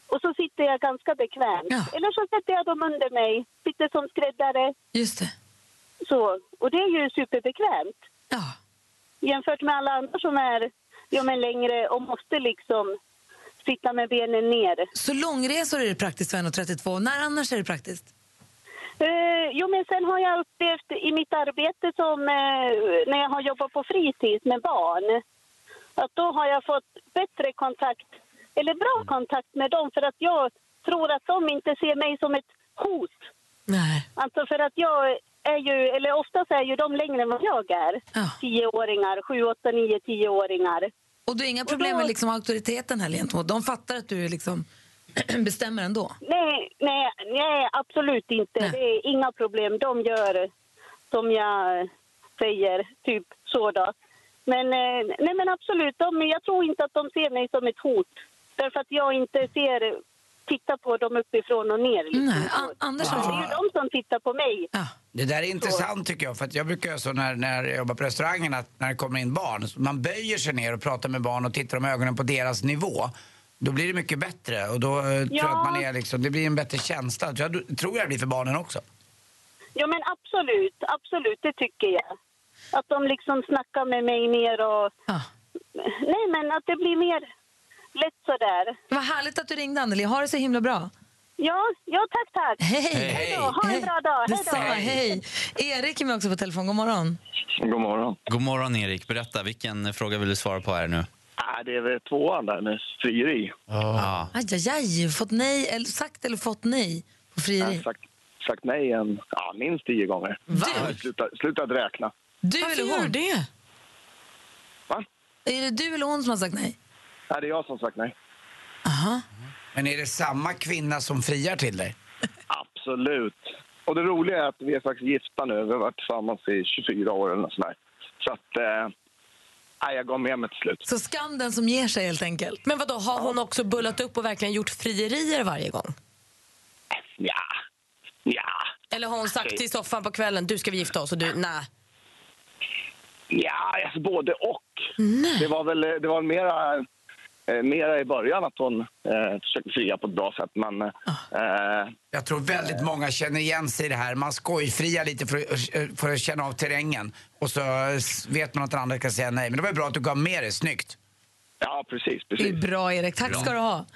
Och så sitter jag ganska bekvämt. Eller så sätter jag dem under mig, sitter som skräddare. Just det. Så. Och det är ju superbekvämt. Ja. Jämfört med alla andra som är ja, men längre och måste liksom sitta med benen ner. Så långresor är det praktiskt för 1,32. När annars är det praktiskt? Eh, jo, men sen har jag upplevt i mitt arbete som eh, när jag har jobbat på fritids med barn att då har jag fått bättre kontakt, eller bra Mm. kontakt med dem för att jag tror att de inte ser mig som ett hot. Alltså för att jag är ju, eller oftast är ju de längre än vad jag är. Tioåringar, sju, åtta, nio, tioåringar. Och du har inga problem med liksom auktoriteten här gentemot. De fattar att du liksom [clears throat] bestämmer ändå. Nej, nej, nej absolut inte. Det är inga problem. De gör som jag säger, typ så då. Men, eh, nej, men absolut, de, jag tror inte att de ser mig som ett hot. Därför att jag inte ser, tittar på dem uppifrån och ner. Liksom. Anders det är ju de som tittar på mig. Det där är intressant tycker jag, för att jag brukar göra så när, när jag jobbar på restaurangen att när det kommer in barn, så man böjer sig ner och pratar med barn och tittar med ögonen på deras nivå. Då blir det mycket bättre och då eh, tror jag Ja. att man är liksom, det blir en bättre känsla. Tror jag, tror jag det blir för barnen också. Ja, men absolut, absolut, det tycker jag. Att de liksom snackar med mig mer och... Nej, men att det blir mer lätt sådär. Vad härligt att du ringde, Anneli. Ha det så himla bra. Ja, ja tack, tack. Hej! Hej då, ha en bra dag. Hej då. Detsamma, hej. Erik är med också på telefon. God morgon. God morgon. God morgon, Erik. Berätta, vilken fråga vill du svara på här nu? Nej, det är väl tvåan där med frieri. Ja. Aj, aj, aj. Fått nej, eller sagt eller fått nej på Jag har frieri. sagt, sagt nej en, ja, minst tio gånger. Jag har slutat, slutat räkna. Du Varför eller hon? gör det? Va? Är det du eller hon som har sagt nej? Nej, det är jag som sagt nej. Men är det samma kvinna som friar till dig? Absolut. Och det roliga är att vi är faktiskt gifta nu. Vi har varit tillsammans i 24 år eller något sånt där. Så att... Eh, nej, jag gav med mig till slut. Så skam den som ger sig helt enkelt. Men vad då har hon också bullat upp och verkligen gjort frierier varje gång? Ja. Ja. Eller har hon sagt i soffan på kvällen, du ska vi gifta oss och du, nej. Ja, alltså både och. Det var väl det var mera, eh, mera i början att hon eh, försökte fria på ett bra sätt. Men, eh, Jag tror väldigt många känner igen sig i det här. Man skojfriar lite för, att- eh, för att känna av terrängen och så eh, vet man att den andra ska säga nej. Men det var ju bra att du gav med dig, snyggt. ja, precis. Det precis. är bra, Erik. Tack Bra. ska du ha.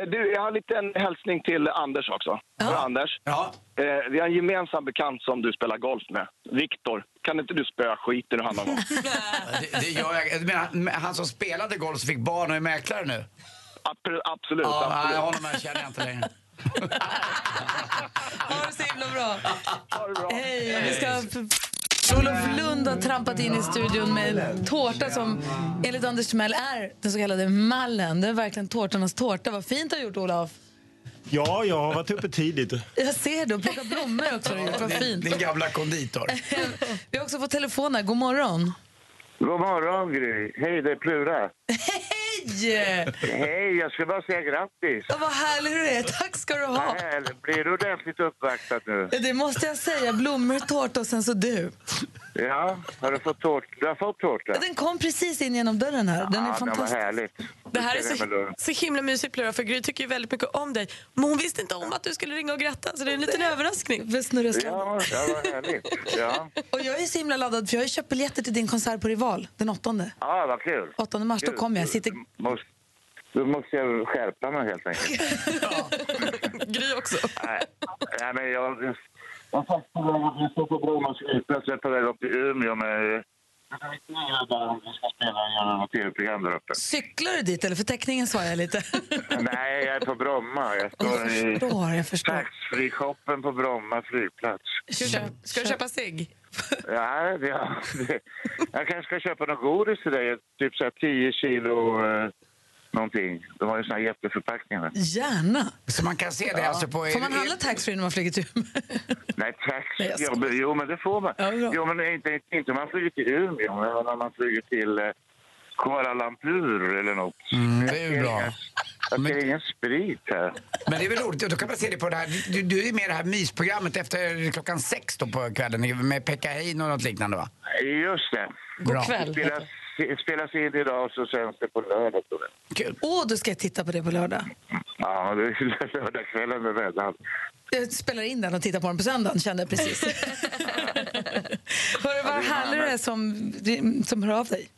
Eh, Du, jag har en liten hälsning till Anders också. Hör Anders. Ja. Eh, vi har en gemensam bekant som du spelar golf med. Viktor, kan inte du spöa skiten ur honom? någon gång? Det, det gör jag. jag menar, han som spelade golf fick barn och är mäklare nu. Absolut. absolut. Ja, nej, absolut. honom här känner jag inte längre. Ha det så himla bra. Hej. Vi ska... Olof Lund har trampat in i studion med en tårta som enligt Anders Timell är den så kallade mallen. Det är verkligen tårtornas tårta. Vad fint du har gjort, Olof. Ja, jag har varit uppe tidigt. Jag ser det. Och plockat blommor också. har du gjort. Vad fint. Din gamla konditor. Vi har också fått telefon här. God morgon. God morgon, Gry. Hej, det är Plura. Yeah. Hej, jag ska bara säga grattis. Ja, Vad härlig du är. Tack ska du ha. Här, Blir du ordentligt uppvaktad nu? Det måste jag säga. Blommor, tårta och sen så du. Ja, har du fått tårta? Du har fått tårta? Den kom precis in genom dörren här. Den är ja, det var fantastisk. härligt. Det här är Lycka till med så, lunch. så himla mysigt Plura, för Gry tycker ju väldigt mycket om dig. Men hon visste inte om att du skulle ringa och gratta, så det är en liten överraskning. Visst nu Ja, ja, vad härligt. Ja, Och jag är så himla laddad för jag har ju köpt biljetter till din konsert på Rival den 8. ja vad kul. 8 mars, då Kul. kommer jag. Sitter... Måste, då måste jag skärpa mig helt enkelt. Gry också. Nej, nej men jag... Jag satt på jag satt på Bromma flygplats, jag är på väg upp till Umeå med... Jag bara om vi ska spela och göra något tv-program där uppe. Cyklar du dit eller? För teckningen svarar jag lite. Nej, jag är på Bromma. Jag står i förstår, jag förstår. taxfree-shoppen på Bromma flygplats. Ska du köpa cigg? Ja, det, ja, det, jag kanske ska köpa något godis till dig. Typ så här 10 kilo eh, någonting. De har ju såna här jätteförpackningar. Gärna. Så man kan se det Ja. alltså på... Får man handla taxfree när man flyger till Umeå? Nej, taxfree. Jo, men- jo, men det får man. jo, men inte, inte om man flyger till Umeå, men när man flyger till eh, Kuala Lumpur eller något. Mm, det är ju bra. Jag ser ingen sprit här. Men det är väl roligt, och då kan man se det på det här. Du, du är med i det här mysprogrammet efter klockan sex då på kvällen med Pekka Hein och något liknande va? Just det. God Bra. Det kväll. spelas, spelas in idag och så sänds det på lördag. tror jag. Åh, då ska jag titta på det på lördag. Ja, det är [laughs] lördagskvällen med vädran. Jag spelar in den och tittar på den på söndagen, kände jag [laughs] precis. Hörru, vad härlig du är som, som hör av dig.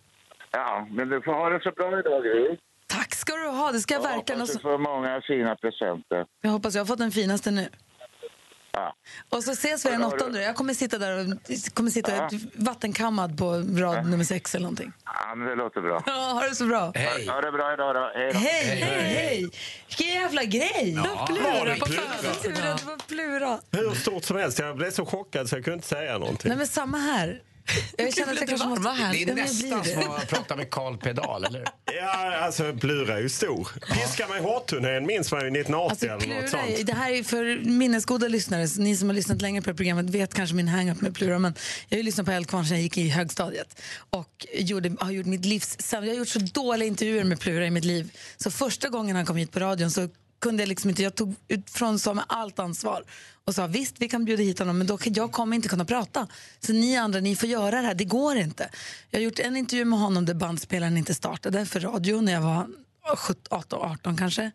Ja, men du får ha det så bra idag, Gry. Tack ska du ha, det ska jag verkligen. Och Hoppas så, du får många fina presenter. jag hoppas jag har fått den finaste nu. Ja. Och så ses vi den åttonde. Jag kommer sitta där och kommer sitta Ja. vattenkammad på rad nummer sex eller någonting. Ja, men det låter bra. Ja, ha det så bra. Ha, ha det bra idag då. Hej då. Hej, hej, hej! Vilken jävla grej! Ja, Plura på Plura. födelsedagen. Det var Plura. Hur stort som helst. Jag blev så chockad så jag kunde inte säga någonting. Nej, men samma här. Jag känner att jag kanske måste... Det är Ja, men jag blir nästan det. som att prata med Karl Pedal, eller Ja, alltså Plura är ju stor. Piska mig hårt-turnén minns man ju 1980 Alltså, eller något Plura, sånt. är- det här är för minnesgoda lyssnare. Så Ni som har lyssnat längre på det här programmet vet kanske min hang-up med Plura. Men jag har ju lyssnat på Eldkvarn sedan jag gick i högstadiet. Och gjorde, har gjort mitt livs... sämsta- Jag har gjort så dåliga intervjuer med Plura i mitt liv. Så första gången han kom hit på radion så kunde jag liksom inte... Jag tog ifrån sig med allt ansvar och sa visst, vi kan bjuda hit honom, men då kan, jag kommer inte kunna prata. Så ni andra, ni får göra det här. Det går inte. Jag har gjort en intervju med honom där bandspelaren inte startade för radio när jag var 17, 18, 18 kanske.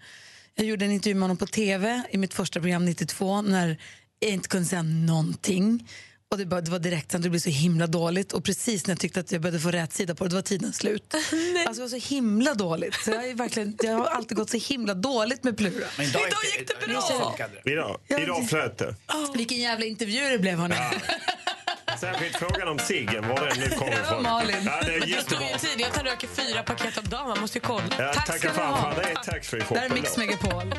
Jag gjorde en intervju med honom på tv i mitt första program 92 när jag inte kunde säga någonting. Och det, bara, det var direkt sen, det blev så himla dåligt. Och precis när jag tyckte att jag började få rätt sida på det, då var tiden slut. Alltså det var så himla dåligt. Så jag, har ju verkligen, det har alltid gått så himla dåligt med Plura. Men idag, gick det bra! Idag, idag flöt det. Vilken jävla intervju det blev hörni. Särskilt frågan om ciggen, var den nu kommer Det var ifrån. Malin. Ja, det är Men det står jättebra. ju i tidningen att han röker fyra paket om dagen. Man måste ju kolla. Ja, tackar fan för det är taxfree-shoppen. Där är Mix Megapol.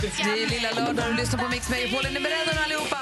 Det är lilla lördag och du lyssnar på Mix Megapol. Är ni beredda nu allihopa?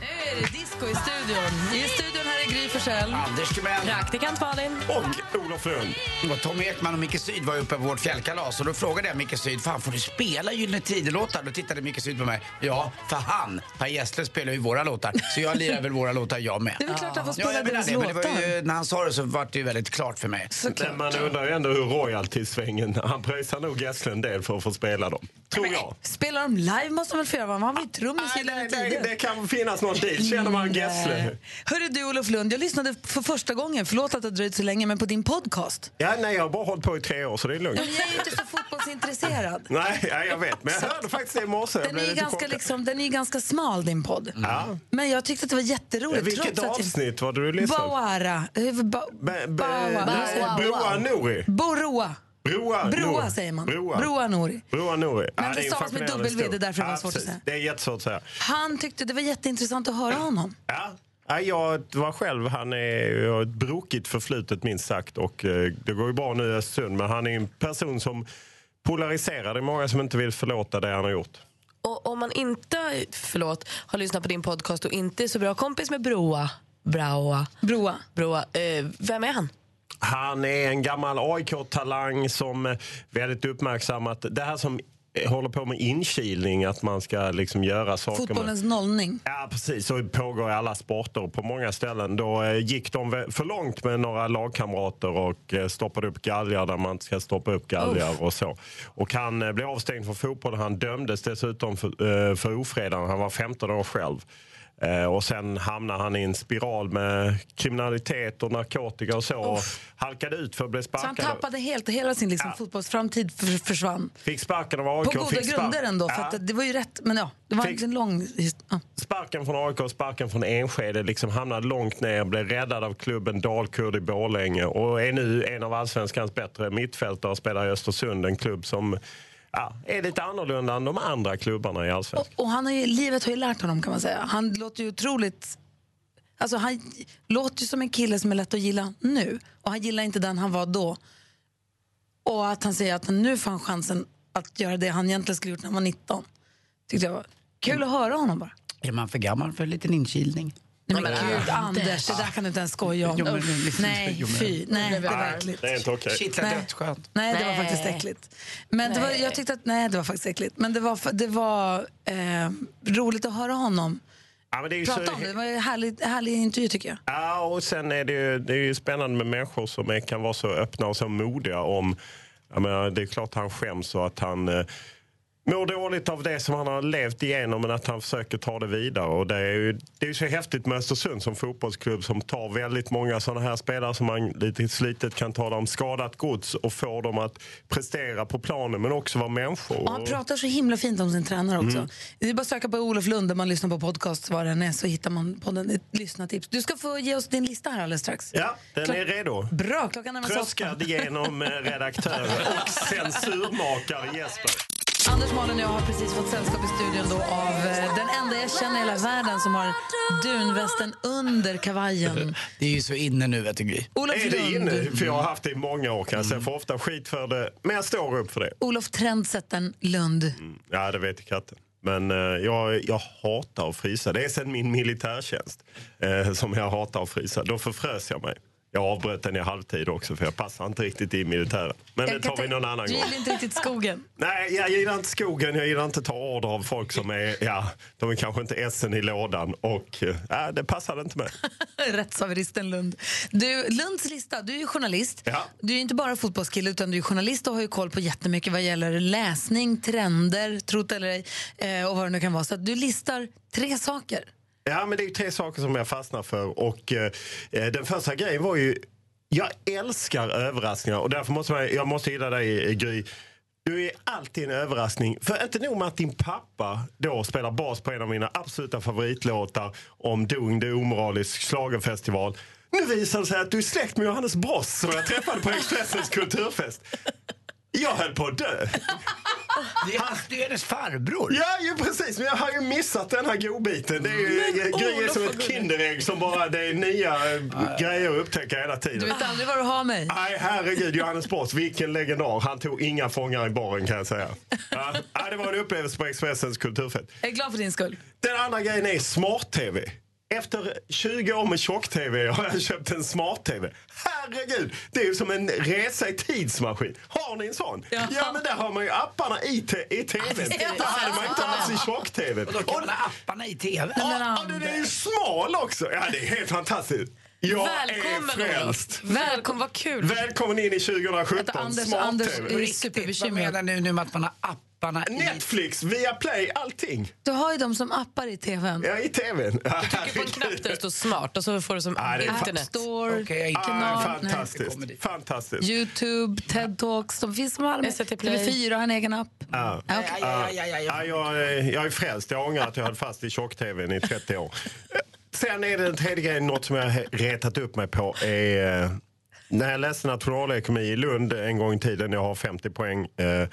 Nu är det disco i studion. I studion här är Gry Forssell. Anders Timell. Praktikant Malin. Och Olof Lund. Och Tommy Ekman och Micke Syd var uppe på vårt fjällkalas och då frågade jag Micke Syd, fan får du spela Gyllene Tider-låtar? Då tittade Micke Syd på mig, ja för han, Per Gessle spelar ju våra låtar så jag lirar väl våra låtar jag med. Det är väl klart att han får Ja, spela jag menar deras det, men det var låtar. ju, när han sa det så var det ju väldigt klart för mig. Men man undrar ju ändå hur royalty-svängen... Han pröjsar nog Gessle en del för att få spela dem. Tror jag. Spelar de live måste man väl få göra? Man var ju trummis i Gyllene Det, Tider. det kan finnas någon deal. Känner man Gessle? Nej. Hörru du Olof Lund, jag lyssnade för första gången, förlåt att det dröjt så länge, men på din podcast. Ja, nej, jag har bara hållit på i tre år så det är lugnt. Ja, men jag är ju inte så fotbollsintresserad. Nej, ja, [laughs] jag vet. Men jag hörde faktiskt det i morse. Jag Den är, blev ju lite ganska, chockad. liksom, den är ju ganska smal din podd. Ja. Men jag tyckte att det var jätteroligt. Vilket trots att jag- avsnitt var det du lyssnade på? Bawara. Eh, ba- Be- be- Bawara. nej, Bawara. Broa Nouri. Boroa. Broa, Broa Nouri. säger man. Broa, Broa Nouri. Broa Nouri. Men det är det stavas med fascinerande W, det är därför det var Ja, svårt att precis. säga. Det är jättesvårt att säga. Han tyckte det var jätteintressant att höra honom. Ja. Ja, jag var själv, han är jag har ett brokigt förflutet minst sagt och eh, det går ju bra nu i Östersund men han är en person som polariserar. Det är många som inte vill förlåta det han har gjort. Och om man inte förlåt, har lyssnat på din podcast och inte är så bra kompis med Broa, Braua, Broa. Broa eh, vem är [laughs] han? Han är en gammal AIK-talang som eh, väldigt uppmärksammat det här som eh, håller på med inkilning, att man ska liksom göra saker med- Fotbollens nollning. Ja, precis. Så pågår i alla sporter på många ställen. Då eh, gick de vä- för långt med några lagkamrater och eh, stoppade upp galgar där man inte ska stoppa upp galgar och så. Och han eh, blev avstängd från fotbollen. Han dömdes dessutom för, eh, för ofredande. Han var 15 år själv. Eh, Och sen hamnade han i en spiral med kriminalitet och narkotika och så. Och halkade ut för att bli Så han sparkad. tappade helt, hela sin liksom, fotbollsframtid för, försvann. Fick sparken av AIK. På goda fick spark- grunder ändå, för Ja. att det- det var ju rätt. Men ja, det var Fick- en lång... his- Ja. Sparken från AIK och sparken från Enskede. Liksom hamnade långt ner, blev räddad av klubben Dalkurd i Borlänge och är nu en av allsvenskans bättre mittfältare och spelar i Östersund. En klubb som ja, är lite annorlunda än de andra klubbarna i allsvenskan. Och han har ju, livet har ju lärt honom kan man säga. Han låter ju otroligt... Alltså han låter ju som en kille som är lätt att gilla nu. Och han gillar inte den han var då. Och att han säger att han nu får han chansen att göra det han egentligen skulle gjort när han var 19. Tyckte jag var kul att höra honom bara. Är man för gammal för en liten inkilning? Nej men gud äh. Anders, det där kan du inte ens skoja om. Jo, men- [laughs] liksom, Nej, jo, men- fy. Nej, det var Nej, verkligt. det är inte okej. Kittlar Nej. dödsskönt. Nej, det var Nej. faktiskt äckligt. Men det var, jag tyckte att, nej, det var faktiskt äckligt. Men det var, det var eh, roligt att höra honom Ja, men det är ju prata så- om det. Det var en härlig, härlig intervju tycker jag. Ja, och sen är det ju, det är ju spännande med människor som är, kan vara så öppna och så modiga om... Jag menar, det är klart han skäms och att han eh, mår dåligt av det som han har levt igenom men att han försöker ta det vidare. Och det är ju det är ju så häftigt med Östersund som fotbollsklubb som tar väldigt många sådana här spelare som man lite slitet kan tala om skadat gods och får dem att prestera på planen men också vara människor. Och han pratar så himla fint om sin tränare också. Mm. Det är bara att söka på Olof Lund där man lyssnar på podcast var den är så hittar man podden ett lyssnartips. Du ska få ge oss din lista här alldeles strax. Ja, den Klock- är redo. Bra, klockan närmar sig åtta. Tröskad genom eh, redaktör och censurmakare Jesper. Anders, Malin och jag har precis fått sällskap i studion då av eh, den enda jag känner i hela världen som har dunvästen under kavajen. Det är ju så inne nu, vet Mm. du, Gry. Olof är det Lund. inne? För jag har haft det i många år kanske. Jag får ofta skit för det, men jag står upp för det. Mm. Olof Trendsättern Lund. Ja, det vet katten. Men eh, jag, jag hatar att frysa. Det är sedan min militärtjänst eh, som jag hatar att frysa. Då förfrös jag mig. Jag avbröt den i halvtid också för jag passar inte riktigt i militären. Men det Jag kan tar vi tänka- någon annan Du gång. gillar inte riktigt skogen. [laughs] Nej, jag gillar inte skogen. Jag gillar inte att ta order av folk som är, ja, de är kanske inte essen i lådan och, eh, det passade inte mig. Rättshaveristen Lund. Du, Lunds lista, du är ju journalist. Du är ju inte bara fotbollskille utan du är journalist och har ju koll på jättemycket vad gäller läsning, trender, trot eller ej eh, och vad det nu kan vara. Så att du listar tre saker. Ja, men det är ju tre saker som jag fastnar för. Och eh, den första grejen var ju... Jag älskar överraskningar och därför måste man, jag måste gilla dig, eh, Gry. Du är alltid en överraskning. För inte nog med att din pappa då spelar bas på en av mina absoluta favoritlåtar om Doing the Omoralisk schlagerfestival. Nu visar det sig att du är släkt med Johannes Bross som jag träffade på Expressens kulturfest. Jag höll på att dö. Det är Hans Denes farbror. Ja, ju precis. Men jag har ju missat den här godbiten. Det är ju Men eh, grejer Olof som har ett vunnit. Kinderägg som bara, det är nya eh, grejer att upptäcka hela tiden. Du vet aldrig var du har mig. Nej, herregud. Johannes Brost, vilken legendar. Han tog inga fångar i baren kan jag säga. Ja, ja, det var en upplevelse på Expressens kulturfest. Jag är glad för din skull. Den andra grejen är smart-tv. Efter 20 år med tjock-tv har jag köpt en smart-tv. Herregud, det är ju som en resa i tidsmaskin. Har ni en sån? Ja, men där har man ju apparna i, te- i tvn. Ja. Det hade man inte alls i tjock-tv. Och då kan man ha apparna i TV. Ja, och den är ju smal också. Ja, det är helt fantastiskt. Jag Välkommen, är frälst. Olof. Välkommen, vad kul. Välkommen in i 2017. Anders- smart Anders TV. är Vad menar du nu med att man har apparna i... Netflix, Viaplay, allting. Du har ju de som appar i tvn. Ja, i tvn. På en knapp där det står smart och så får du som Ja, det är internet. fast- Store, ah, kanal, nej. fantastiskt. fantastiskt. Youtube, TED Talks, de finns som allmänhet. TV4 har en egen app. Ja. Ja, okej. Ja, ja, jag, är- jag är frälst. Jag ångrar att jag höll fast i tjock-tvn i 30 år. Sen är det den tredje grejen, något som jag har retat upp mig på. Är, eh, när jag läste nationalekonomi i Lund en gång i tiden, jag har 50 poäng. Eh,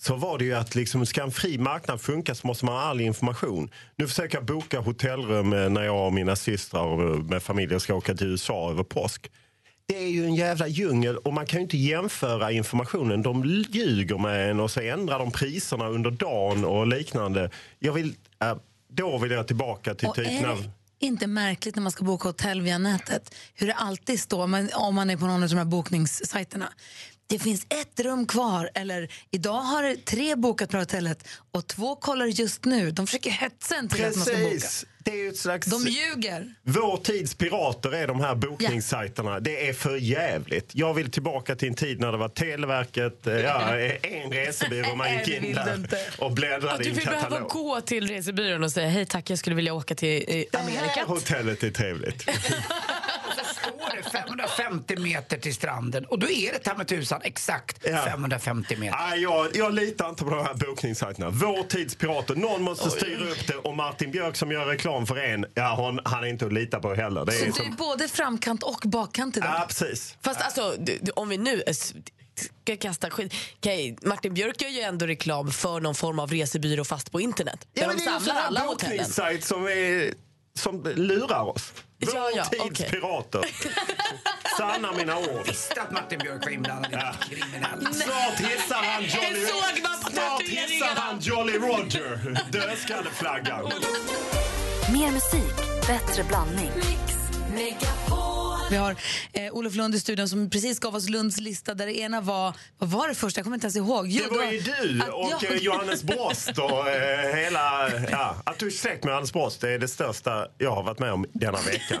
så var det ju att liksom, ska en fri marknad funka så måste man ha all information. Nu försöker jag boka hotellrum eh, när jag och mina systrar och med familjen ska åka till USA över påsk. Det är ju en jävla djungel och man kan ju inte jämföra informationen. De ljuger med en och så ändrar de priserna under dagen och liknande. Jag vill, eh, då vill jag tillbaka till Och typen är av... det inte märkligt när man ska boka hotell via nätet hur det alltid står men om man är på någon av de här bokningssajterna? Det finns ett rum kvar eller idag har tre bokat på hotellet och två kollar just nu. De försöker hetsa en till att man ska boka. Precis! Det är ju ett slags... De ljuger. Vår tids pirater är de här bokningssajterna. Det är för jävligt. Jag vill tillbaka till en tid när det var Televerket, eh, ja, en resebyrå man gick Nej, det in vill du där inte. och Att bläddrade i du en vill behöva katalog. gå till resebyrån och säga hej tack jag skulle vilja åka till eh, Amerika. Hotellet är trevligt. Står det 550 meter till stranden och då är det ta mig tusan exakt 550 meter. Nej, jag, jag litar inte på de här bokningssajterna. Vår tids pirater. Någon måste styra upp det och Martin Björk som gör reklam för en, ja, hon, han är inte att lita på heller. Det är Så du är som, både framkant och bakkant idag. ja, precis. Fast alltså d- d- om vi nu eh, s- ska kasta skit. Okej, Martin Björk gör ju ändå reklam för någon form av resebyrå fast på internet. Ja, där men de det är ju samlar alla sådana hotellen. bokningssajt som, är, som lurar oss. Vår Ja, ja, tids okej. pirater. [laughs] Sanna mina ord. Visste att Martin Björk var inblandad i något [laughs] kriminellt. Snart hissar han Jolly Det såg man på Snart hissar han Jolly Roger. Dödskalleflaggan. Mer musik, bättre blandning. Vi har eh, Olof Lund i studion som precis gav oss Lunds lista där det ena var, vad var det första? Jag kommer inte ens ihåg. Jo, det var ju du att och jag- eh, Johannes Brost och eh, [laughs] hela... Ja, att du är släkt med Johannes Brost det är det största jag har varit med om denna vecka.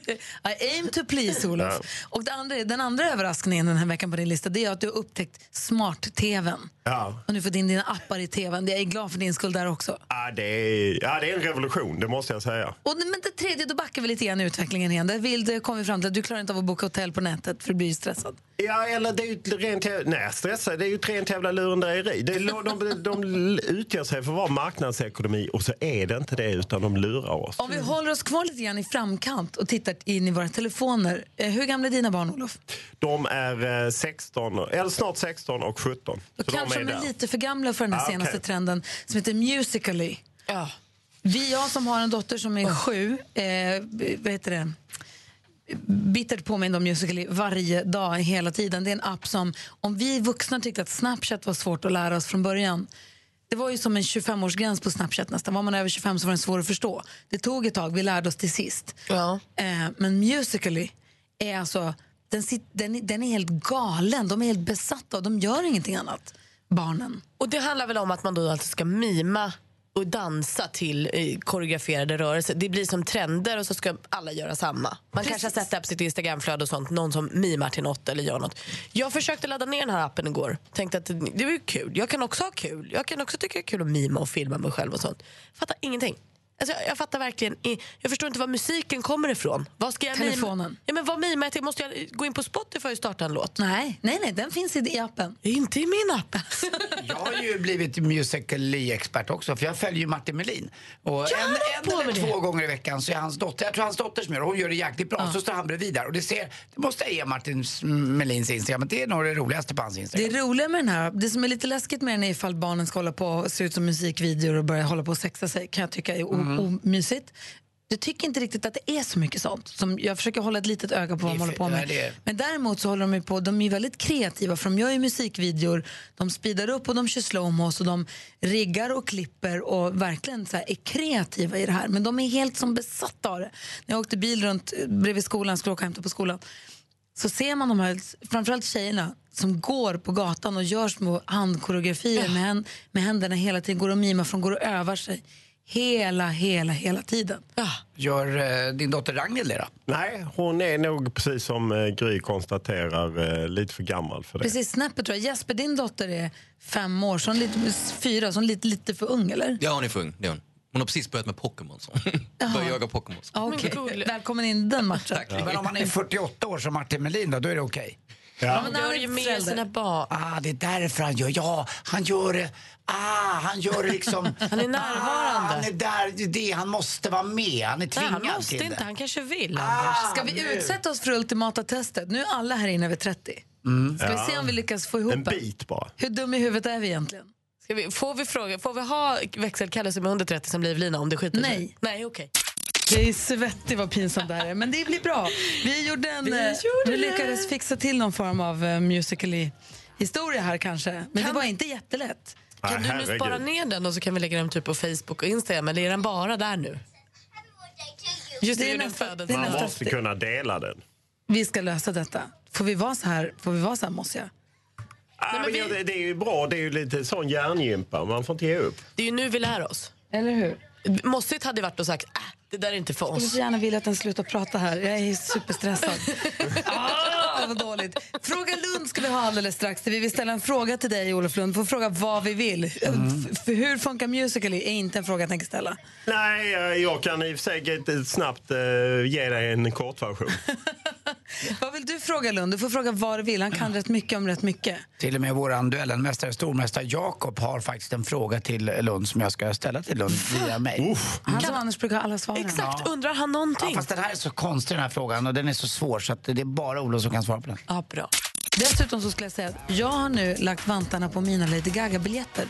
[laughs] I aim to please, Olof. Och det andra, är- den andra överraskningen den här veckan på din lista det är att du har upptäckt smart-tvn. Ja. Och nu får din dina appar i tvn. Jag är glad för din skull där också. Ja, det är, ja, det är en revolution, det måste jag säga. Och, det- men det tredje, då backar vi lite grann i utvecklingen igen. Där vill du, kom vi fram till att du klarar inte av att boka hotell på nätet för du blir ju stressad. Ja, eller det är ju ett rent jävla- Nej, stressa. Det är ju ett rent jävla lurendrejeri. Det är, lo- de, de, de utger sig för att vara marknadsekonomi och så är det inte det, utan de lurar oss. Om vi håller oss kvar lite grann i framkant och tittar in i våra telefoner. Eh, Hur gamla är dina barn, Olof? De är eh, 16, eller snart 16 och 17. Så Kanske de är, där. lite för gamla för den här Ah, okej. senaste trenden som heter Musical.ly. Vi, jag som har en dotter som är sju, eh, b- vad heter det? bittert påmind om Musical.ly varje dag, hela tiden. Det är en app som, om vi vuxna tyckte att Snapchat var svårt att lära oss från början, det var ju som en 25-årsgräns på Snapchat nästan. Var man över 25 så var den svår att förstå. Det tog ett tag, vi lärde oss till sist. Eh, men Musical.ly är alltså, den, sit, den, den är helt galen. De är helt besatta och de gör ingenting annat, barnen. Och det handlar väl om att man då alltså ska mima och dansa till eh, koreograferade rörelser. Det blir som trender och så ska alla göra samma. Man kanske har sett det här på sitt Instagramflöde och sånt, någon som mimar till något eller gör något. Jag försökte ladda ner den här appen igår. Tänkte att det, det var ju kul. Jag kan också ha kul. Jag kan också tycka det är kul att mima och filma mig själv och sånt. Fattar ingenting. Alltså jag, jag fattar verkligen i- Jag förstår inte var musiken kommer ifrån. Vad ska jag mima- Telefonen. Ja, men vad mimar jag till? Måste jag gå in på Spotify och starta en låt? Nej, nej, nej den finns i appen. Inte i min app. Jag har ju blivit musical.ly-expert också, för jag följer ju Martin Melin. Och en en eller två gånger i veckan så är hans dotter, jag tror hans dotter som gör det, hon gör det jäkligt bra. Så står han bredvid där och det ser, det måste jag ge Martin Melins Instagram, det är nog det roligaste på hans Instagram. Det roliga med den här, det som är lite läskigt med den är ifall barnen ska hålla på och se ut som musikvideor och börja hålla på och sexa sig, kan jag tycka är o- Mm. omysigt. Jag tycker inte riktigt att det är så mycket sånt. Som jag försöker hålla ett litet öga på vad de Det är håller på fe- med. nej, det är- Men däremot så håller de ju på, de är ju väldigt kreativa för de gör ju musikvideor, de speedar upp och de kör slowmos och de riggar och klipper och verkligen så här är kreativa i det här. Men de är helt som besatta av det. När jag åkte bil runt eh, bredvid skolan, skulle åka och hämta på skolan, så ser man de här, framförallt tjejerna, som går på gatan och gör små handkoreografier med, hän- med händerna hela tiden, går och mimar från, går och övar sig. Hela, hela, hela tiden. Gör eh, din dotter Ragnhild det då? Nej, hon är nog precis som eh, Gry konstaterar eh, lite för gammal för det. Precis, snäppet tror jag. Jesper, din dotter är fem år, så hon är lite, fyra, så hon är lite, lite för ung, eller? Ja, hon är för ung. Det är hon. hon har precis börjat med Pokémon. så. Börjar jaga Pokémon. Ja, okej. Välkommen in i den matchen. Men om man är 48 år som Martin Melin då, då är det okej? Ja, men han Gör är ju med förälder. sina barn. Ah, det är därför han gör, ja, han gör det, ah, han gör det liksom. han är närvarande. han är där, det är det, han måste vara med, han är tvingad han måste till det. Ah! inte, han kanske vill. Ska vi nu. utsätta oss för ultimata testet? Nu är alla här inne över 30. Ska Ja. vi se om vi lyckas få ihop En det? bit bara. Hur dum i huvudet är vi egentligen? Ska vi, får, vi fråga, får vi ha växelkalle som är under 30 som livlina om det skiter sig? Nej. Nej, okej. Jag är svettig vad pinsamt det här är, men det blir bra. Vi gjorde en... Vi eh, gjorde vi det. lyckades fixa till någon form av uh, musical-historia här kanske. Men det var inte jättelätt. Kan Nej, du nu herregud. spara ner den och så kan vi lägga den typ på Facebook och Instagram? Eller är den bara där nu? Just det, Det är det är den nästa- födelsen. det är Man nästa måste kunna dela den. Vi ska lösa detta. Får vi vara så här? Får vi vara så här, måste jag? Ah, men ja, det, det är ju bra, det är ju lite sån hjärngympa, man får inte ge upp. Det är ju nu vi lär oss. Eller hur? Måstigt hade varit och sagt, äh, det där är inte för Jag skulle oss. så gärna vilja att den slutar prata här. Jag är superstressad. ah, vad dåligt. Fråga Lund ska vi ha alldeles strax. Vi vill ställa en fråga till dig, Olof Lund. Får fråga vad vi vill. F- För hur funkar musical.ly är inte en fråga jag tänker ställa. Nej, eh, jag kan i och för sig inte snabbt eh, ge dig en kortversion. Vad vill du fråga Lund? Du får fråga vad du vill. Han kan rätt mycket om rätt mycket. Till och med våran duellenmästare, stormästare Jakob har faktiskt en fråga till Lund som jag ska ställa till Lund via mig. Han som annars brukar ha alla svaren. Exakt, undrar han någonting? Ja, fast den här är så konstig den här frågan och den är så svår så att det är bara Olof som kan svara på den. Ja, bra. Dessutom så skulle jag säga att jag har nu lagt vantarna på mina Lady Gaga-biljetter.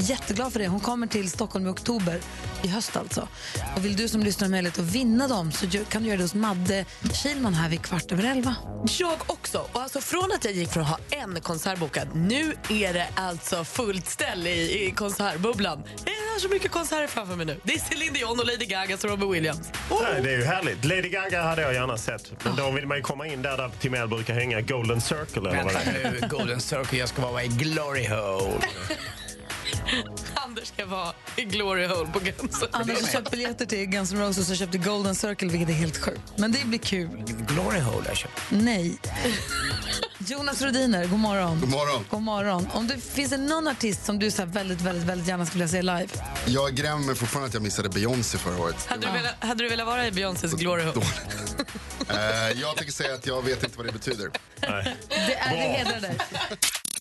Jätteglad för det. Hon kommer till Stockholm i oktober, i höst alltså. Och vill du som lyssnar ha möjlighet att vinna dem så gö- kan du göra det hos Madde Kilman här vid kvart över elva. Jag också. Och alltså från att jag gick från att ha en konsert bokad, nu är det alltså fullt ställ i, i konsertbubblan. Jag har så mycket konserter framför mig nu. Det är Celine Dion och Lady Gaga och Robin Williams. Nej, det är ju härligt. Lady Gaga hade jag gärna sett. Men då vill man ju komma in där, där Timell brukar hänga, Golden Circle eller vad det Vänta är. nu, Golden Circle, jag ska vara i Glory Hole. [laughs] Anders, ska vara i Glory Hole på Guns. Anders har köpt biljetter till Guns N' Roses och köpte Golden Circle, vilket är helt sjukt. Men det blir kul. Glory hole har jag köpt. Nej. Jonas Rodiner, god morgon. God morgon. God morgon. Om det finns det någon artist som du så här väldigt, väldigt, väldigt gärna skulle vilja se live? Jag grämer mig fortfarande att jag missade Beyoncé förra året. Hade du, velat, hade du velat vara i Beyoncés Glory Hole? Eh, jag tänker säga att jag vet inte vad det betyder. Det är det hedrar dig.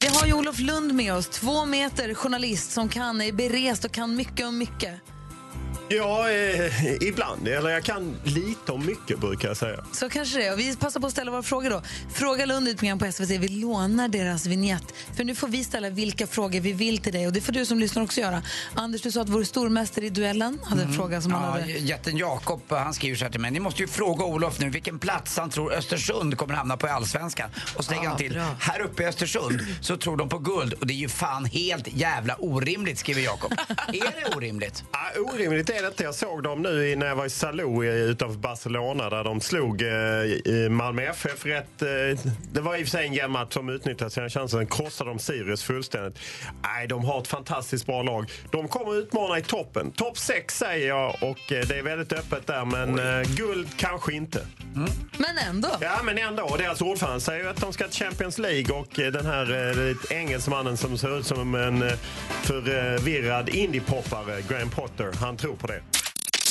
Vi har ju Olof Lund med oss, två meter journalist som kan, är berest och kan mycket om mycket. Ja, eh, ibland. Eller jag kan lite om mycket brukar jag säga. Så kanske det. Och vi passar på att ställa våra frågor då. Fråga Lund är ett program på SVT. Vi lånar deras vignett. För nu får vi ställa vilka frågor vi vill till dig. Och det får du som lyssnar också göra. Anders, du sa att vår stormästare i duellen hade Mm. en fråga som han Mm. ja, hade. Jätten Jakob han skriver så här till mig. Ni måste ju fråga Olof nu vilken plats han tror Östersund kommer hamna på i Allsvenskan. Och så lägger Ah, han till, bra. här uppe i Östersund så tror de på guld och det är ju fan helt jävla orimligt [laughs] skriver Jakob. är det orimligt? Ja, orimligt är det inte. Jag såg dem nu i- när jag var i Salou i- utanför Barcelona där de slog eh, i Malmö FF rätt. Eh, det var i och för sig en jämn match. De utnyttjade sina chanser. Sen krossade de Sirius fullständigt. Nej, de har ett fantastiskt bra lag. De kommer att utmana i toppen. Topp 6 säger jag och eh, det är väldigt öppet där men eh, guld kanske inte. Men ändå. Ja, men ändå. Och Deras ordförande säger ju att de ska till Champions League och eh, den här eh, lite engelsmannen som ser ut som en eh, förvirrad indiepoppare, Graham Potter, han tror på det.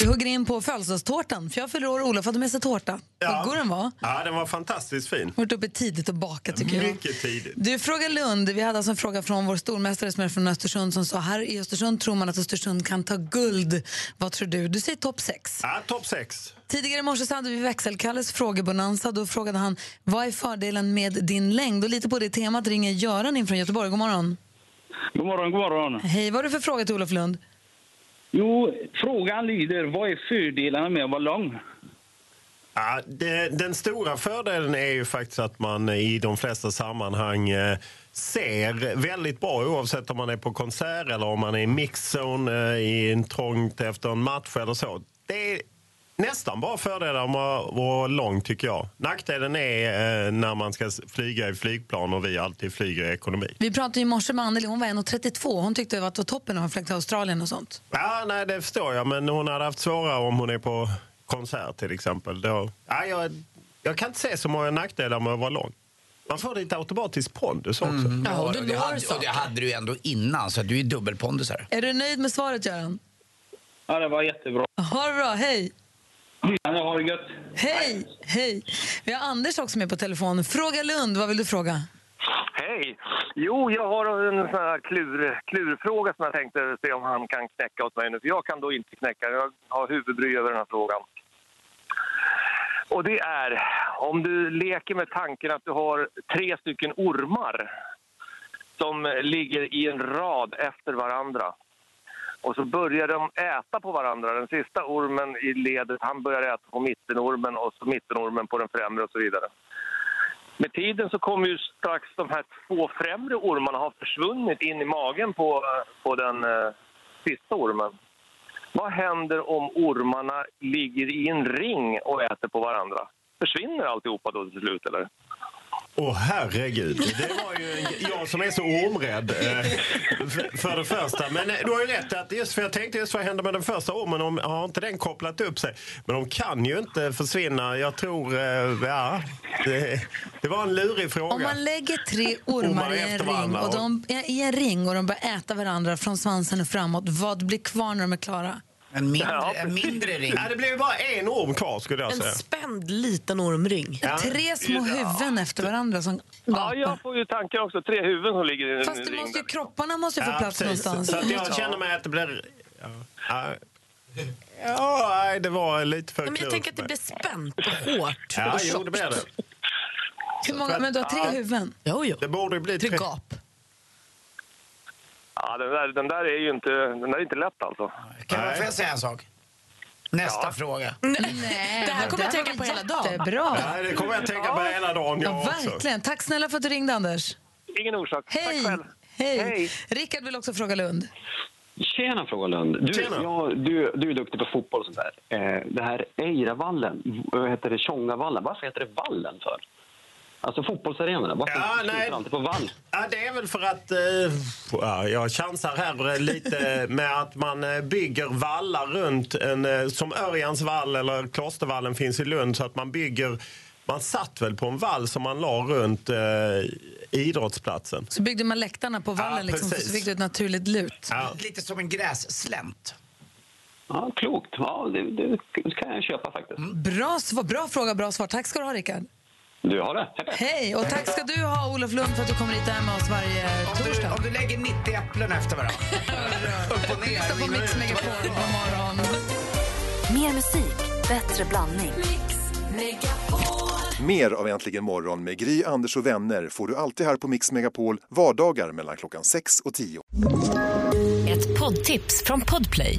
Vi hugger in på födelsedagstårtan. För jag fyller år och Olof hade med sig tårta. Hur god den var. Ja, den var fantastiskt fin. Varit uppe tidigt och bakat tycker jag. Mycket tidigt. Du, fråga Lund. Vi hade alltså en fråga från vår stormästare som är från Östersund som sa här i Östersund tror man att Östersund kan ta guld. Vad tror du? Du säger topp 6. Ja, topp 6. Tidigare i morse så hade vi växelkalles frågebonanza. Då frågade han vad är fördelen med din längd? Och lite på det temat ringer Göran in från Göteborg. God morgon. God morgon, god morgon. Hej, vad har du för fråga till Olof Lund? Jo, frågan lyder, vad är fördelarna med att vara lång? Ja, det, den stora fördelen är ju faktiskt att man i de flesta sammanhang eh, ser väldigt bra oavsett om man är på konsert eller om man är i mixzone, eh, i en trångt efter en match eller så. Det är nästan bara fördelar med att vara lång tycker jag. Nackdelen är eh, när man ska s- flyga i flygplan och vi alltid flyger i ekonomi. Vi pratade ju i morse med Anneli. Hon var 1,32. Hon tyckte att det var toppen att ha fläkt till Australien och sånt. Ja, nej, det förstår jag. Men hon hade haft svårare om hon är på konsert till exempel. Då, ja, jag, jag kan inte se så många nackdelar med att vara lång. Man får lite automatisk pondus Mm. också. Ja, och det, hade, och det hade du ju ändå innan så att du är dubbelpondusare. Är du nöjd med svaret, Göran? Ja, det var jättebra. Ha det bra. Hej! Ja, det har det gött. Hej! Hej! Vi har Anders också med på telefon. Fråga Lund. Vad vill du fråga? Hej! Jo, jag har en sån här klur, klurfråga som jag tänkte se om han kan knäcka åt mig nu. För jag kan då inte knäcka Jag har huvudbry över den här frågan. Och det är, om du leker med tanken att du har tre stycken ormar som ligger i en rad efter varandra. Och så börjar de äta på varandra. Den sista ormen i ledet, han börjar äta på mittenormen och så mittenormen på den främre och så vidare. Med tiden så kommer ju strax de här två främre ormarna ha försvunnit in i magen på, på den eh, sista ormen. Vad händer om ormarna ligger i en ring och äter på varandra? Försvinner alltihopa då till slut, eller? Åh herregud, det var ju en- jag som är så ormrädd. eh, f- För det första. Men eh, du har ju rätt. Att just, för jag tänkte just vad händer med den första ormen? Om, har inte den kopplat upp sig? Men de kan ju inte försvinna. Jag tror... eh, Ja, det, det var en lurig fråga. Om man lägger [laughs] tre ormar Ormar i en, efter ring varandra och de, i en ring och de börjar äta varandra från svansen och framåt, vad blir kvar när de är klara? En mindre- en mindre ring. Ja, det blev ju bara en orm kvar skulle jag En säga. Spänd liten ormring. Ja. Tre små huvuden efter varandra som Ja, jag får ju tankar också. Tre huvuden som ligger i en Fast du ring. måste där. ju, kropparna måste ju få Ja, plats precis. någonstans. Så att jag känner mig att det blir... Ja, ja. ja nej, det var lite för Men jag klurigt tänker att det för blir mig. spänt och hårt. Ja, och jo, det blir det. [laughs] Hur många, men du har tre Ja. huvuden? Jo, jo. Det borde ju bli tre. gap. Ja, den där, den där är ju inte, den där är inte lätt alltså. Kan man, får jag säga en sak? Nästa fråga. Nej, Det här kommer jag tänka på hela dagen. Jättebra. Nej, det kommer jag att tänka på hela dagen jag Ja, också. verkligen. Tack snälla för att du ringde, Anders. Ingen orsak. Hej. Tack själv. Hej. Rickard vill också fråga Lund. Tjena Frågalund! Du, Tjena. Jag, du, du är duktig på fotboll och sånt där. Eh, det här Eiravallen, vad heter det Tjongavallen, varför heter det vallen för? Alltså fotbollsarenorna. Varför Ja, slutar nej. de alltid på vall? Ja, det är väl för att... eh, ja, jag chansar här eh, lite med att man eh, bygger vallar runt en... eh, Som Örjans vall eller Klostervallen finns i Lund. Så att man bygger... Man satt väl på en vall som man la runt eh, idrottsplatsen. Så byggde man läktarna på vallen Ja, liksom, precis. så fick du ett naturligt lut. Lite som en grässlänt. Ja, klokt. Ja, det, det kan jag köpa faktiskt. Mm. Bra, svar, bra fråga, bra svar. Tack ska du ha, Rickard. Du har det. Hej, och tack ska du ha, Olof Lund, för att du kommer hit och är med oss varje torsdag. Om du lägger 90 äpplen [laughs] efter varandra. Upp och ner. Lyssna på Mix Megapol på morgon. Mer musik, bättre blandning. Mer av Äntligen morgon med Gry, Anders och vänner får du alltid här på Mix Megapol vardagar mellan klockan 6 och 10. Ett poddtips från Podplay.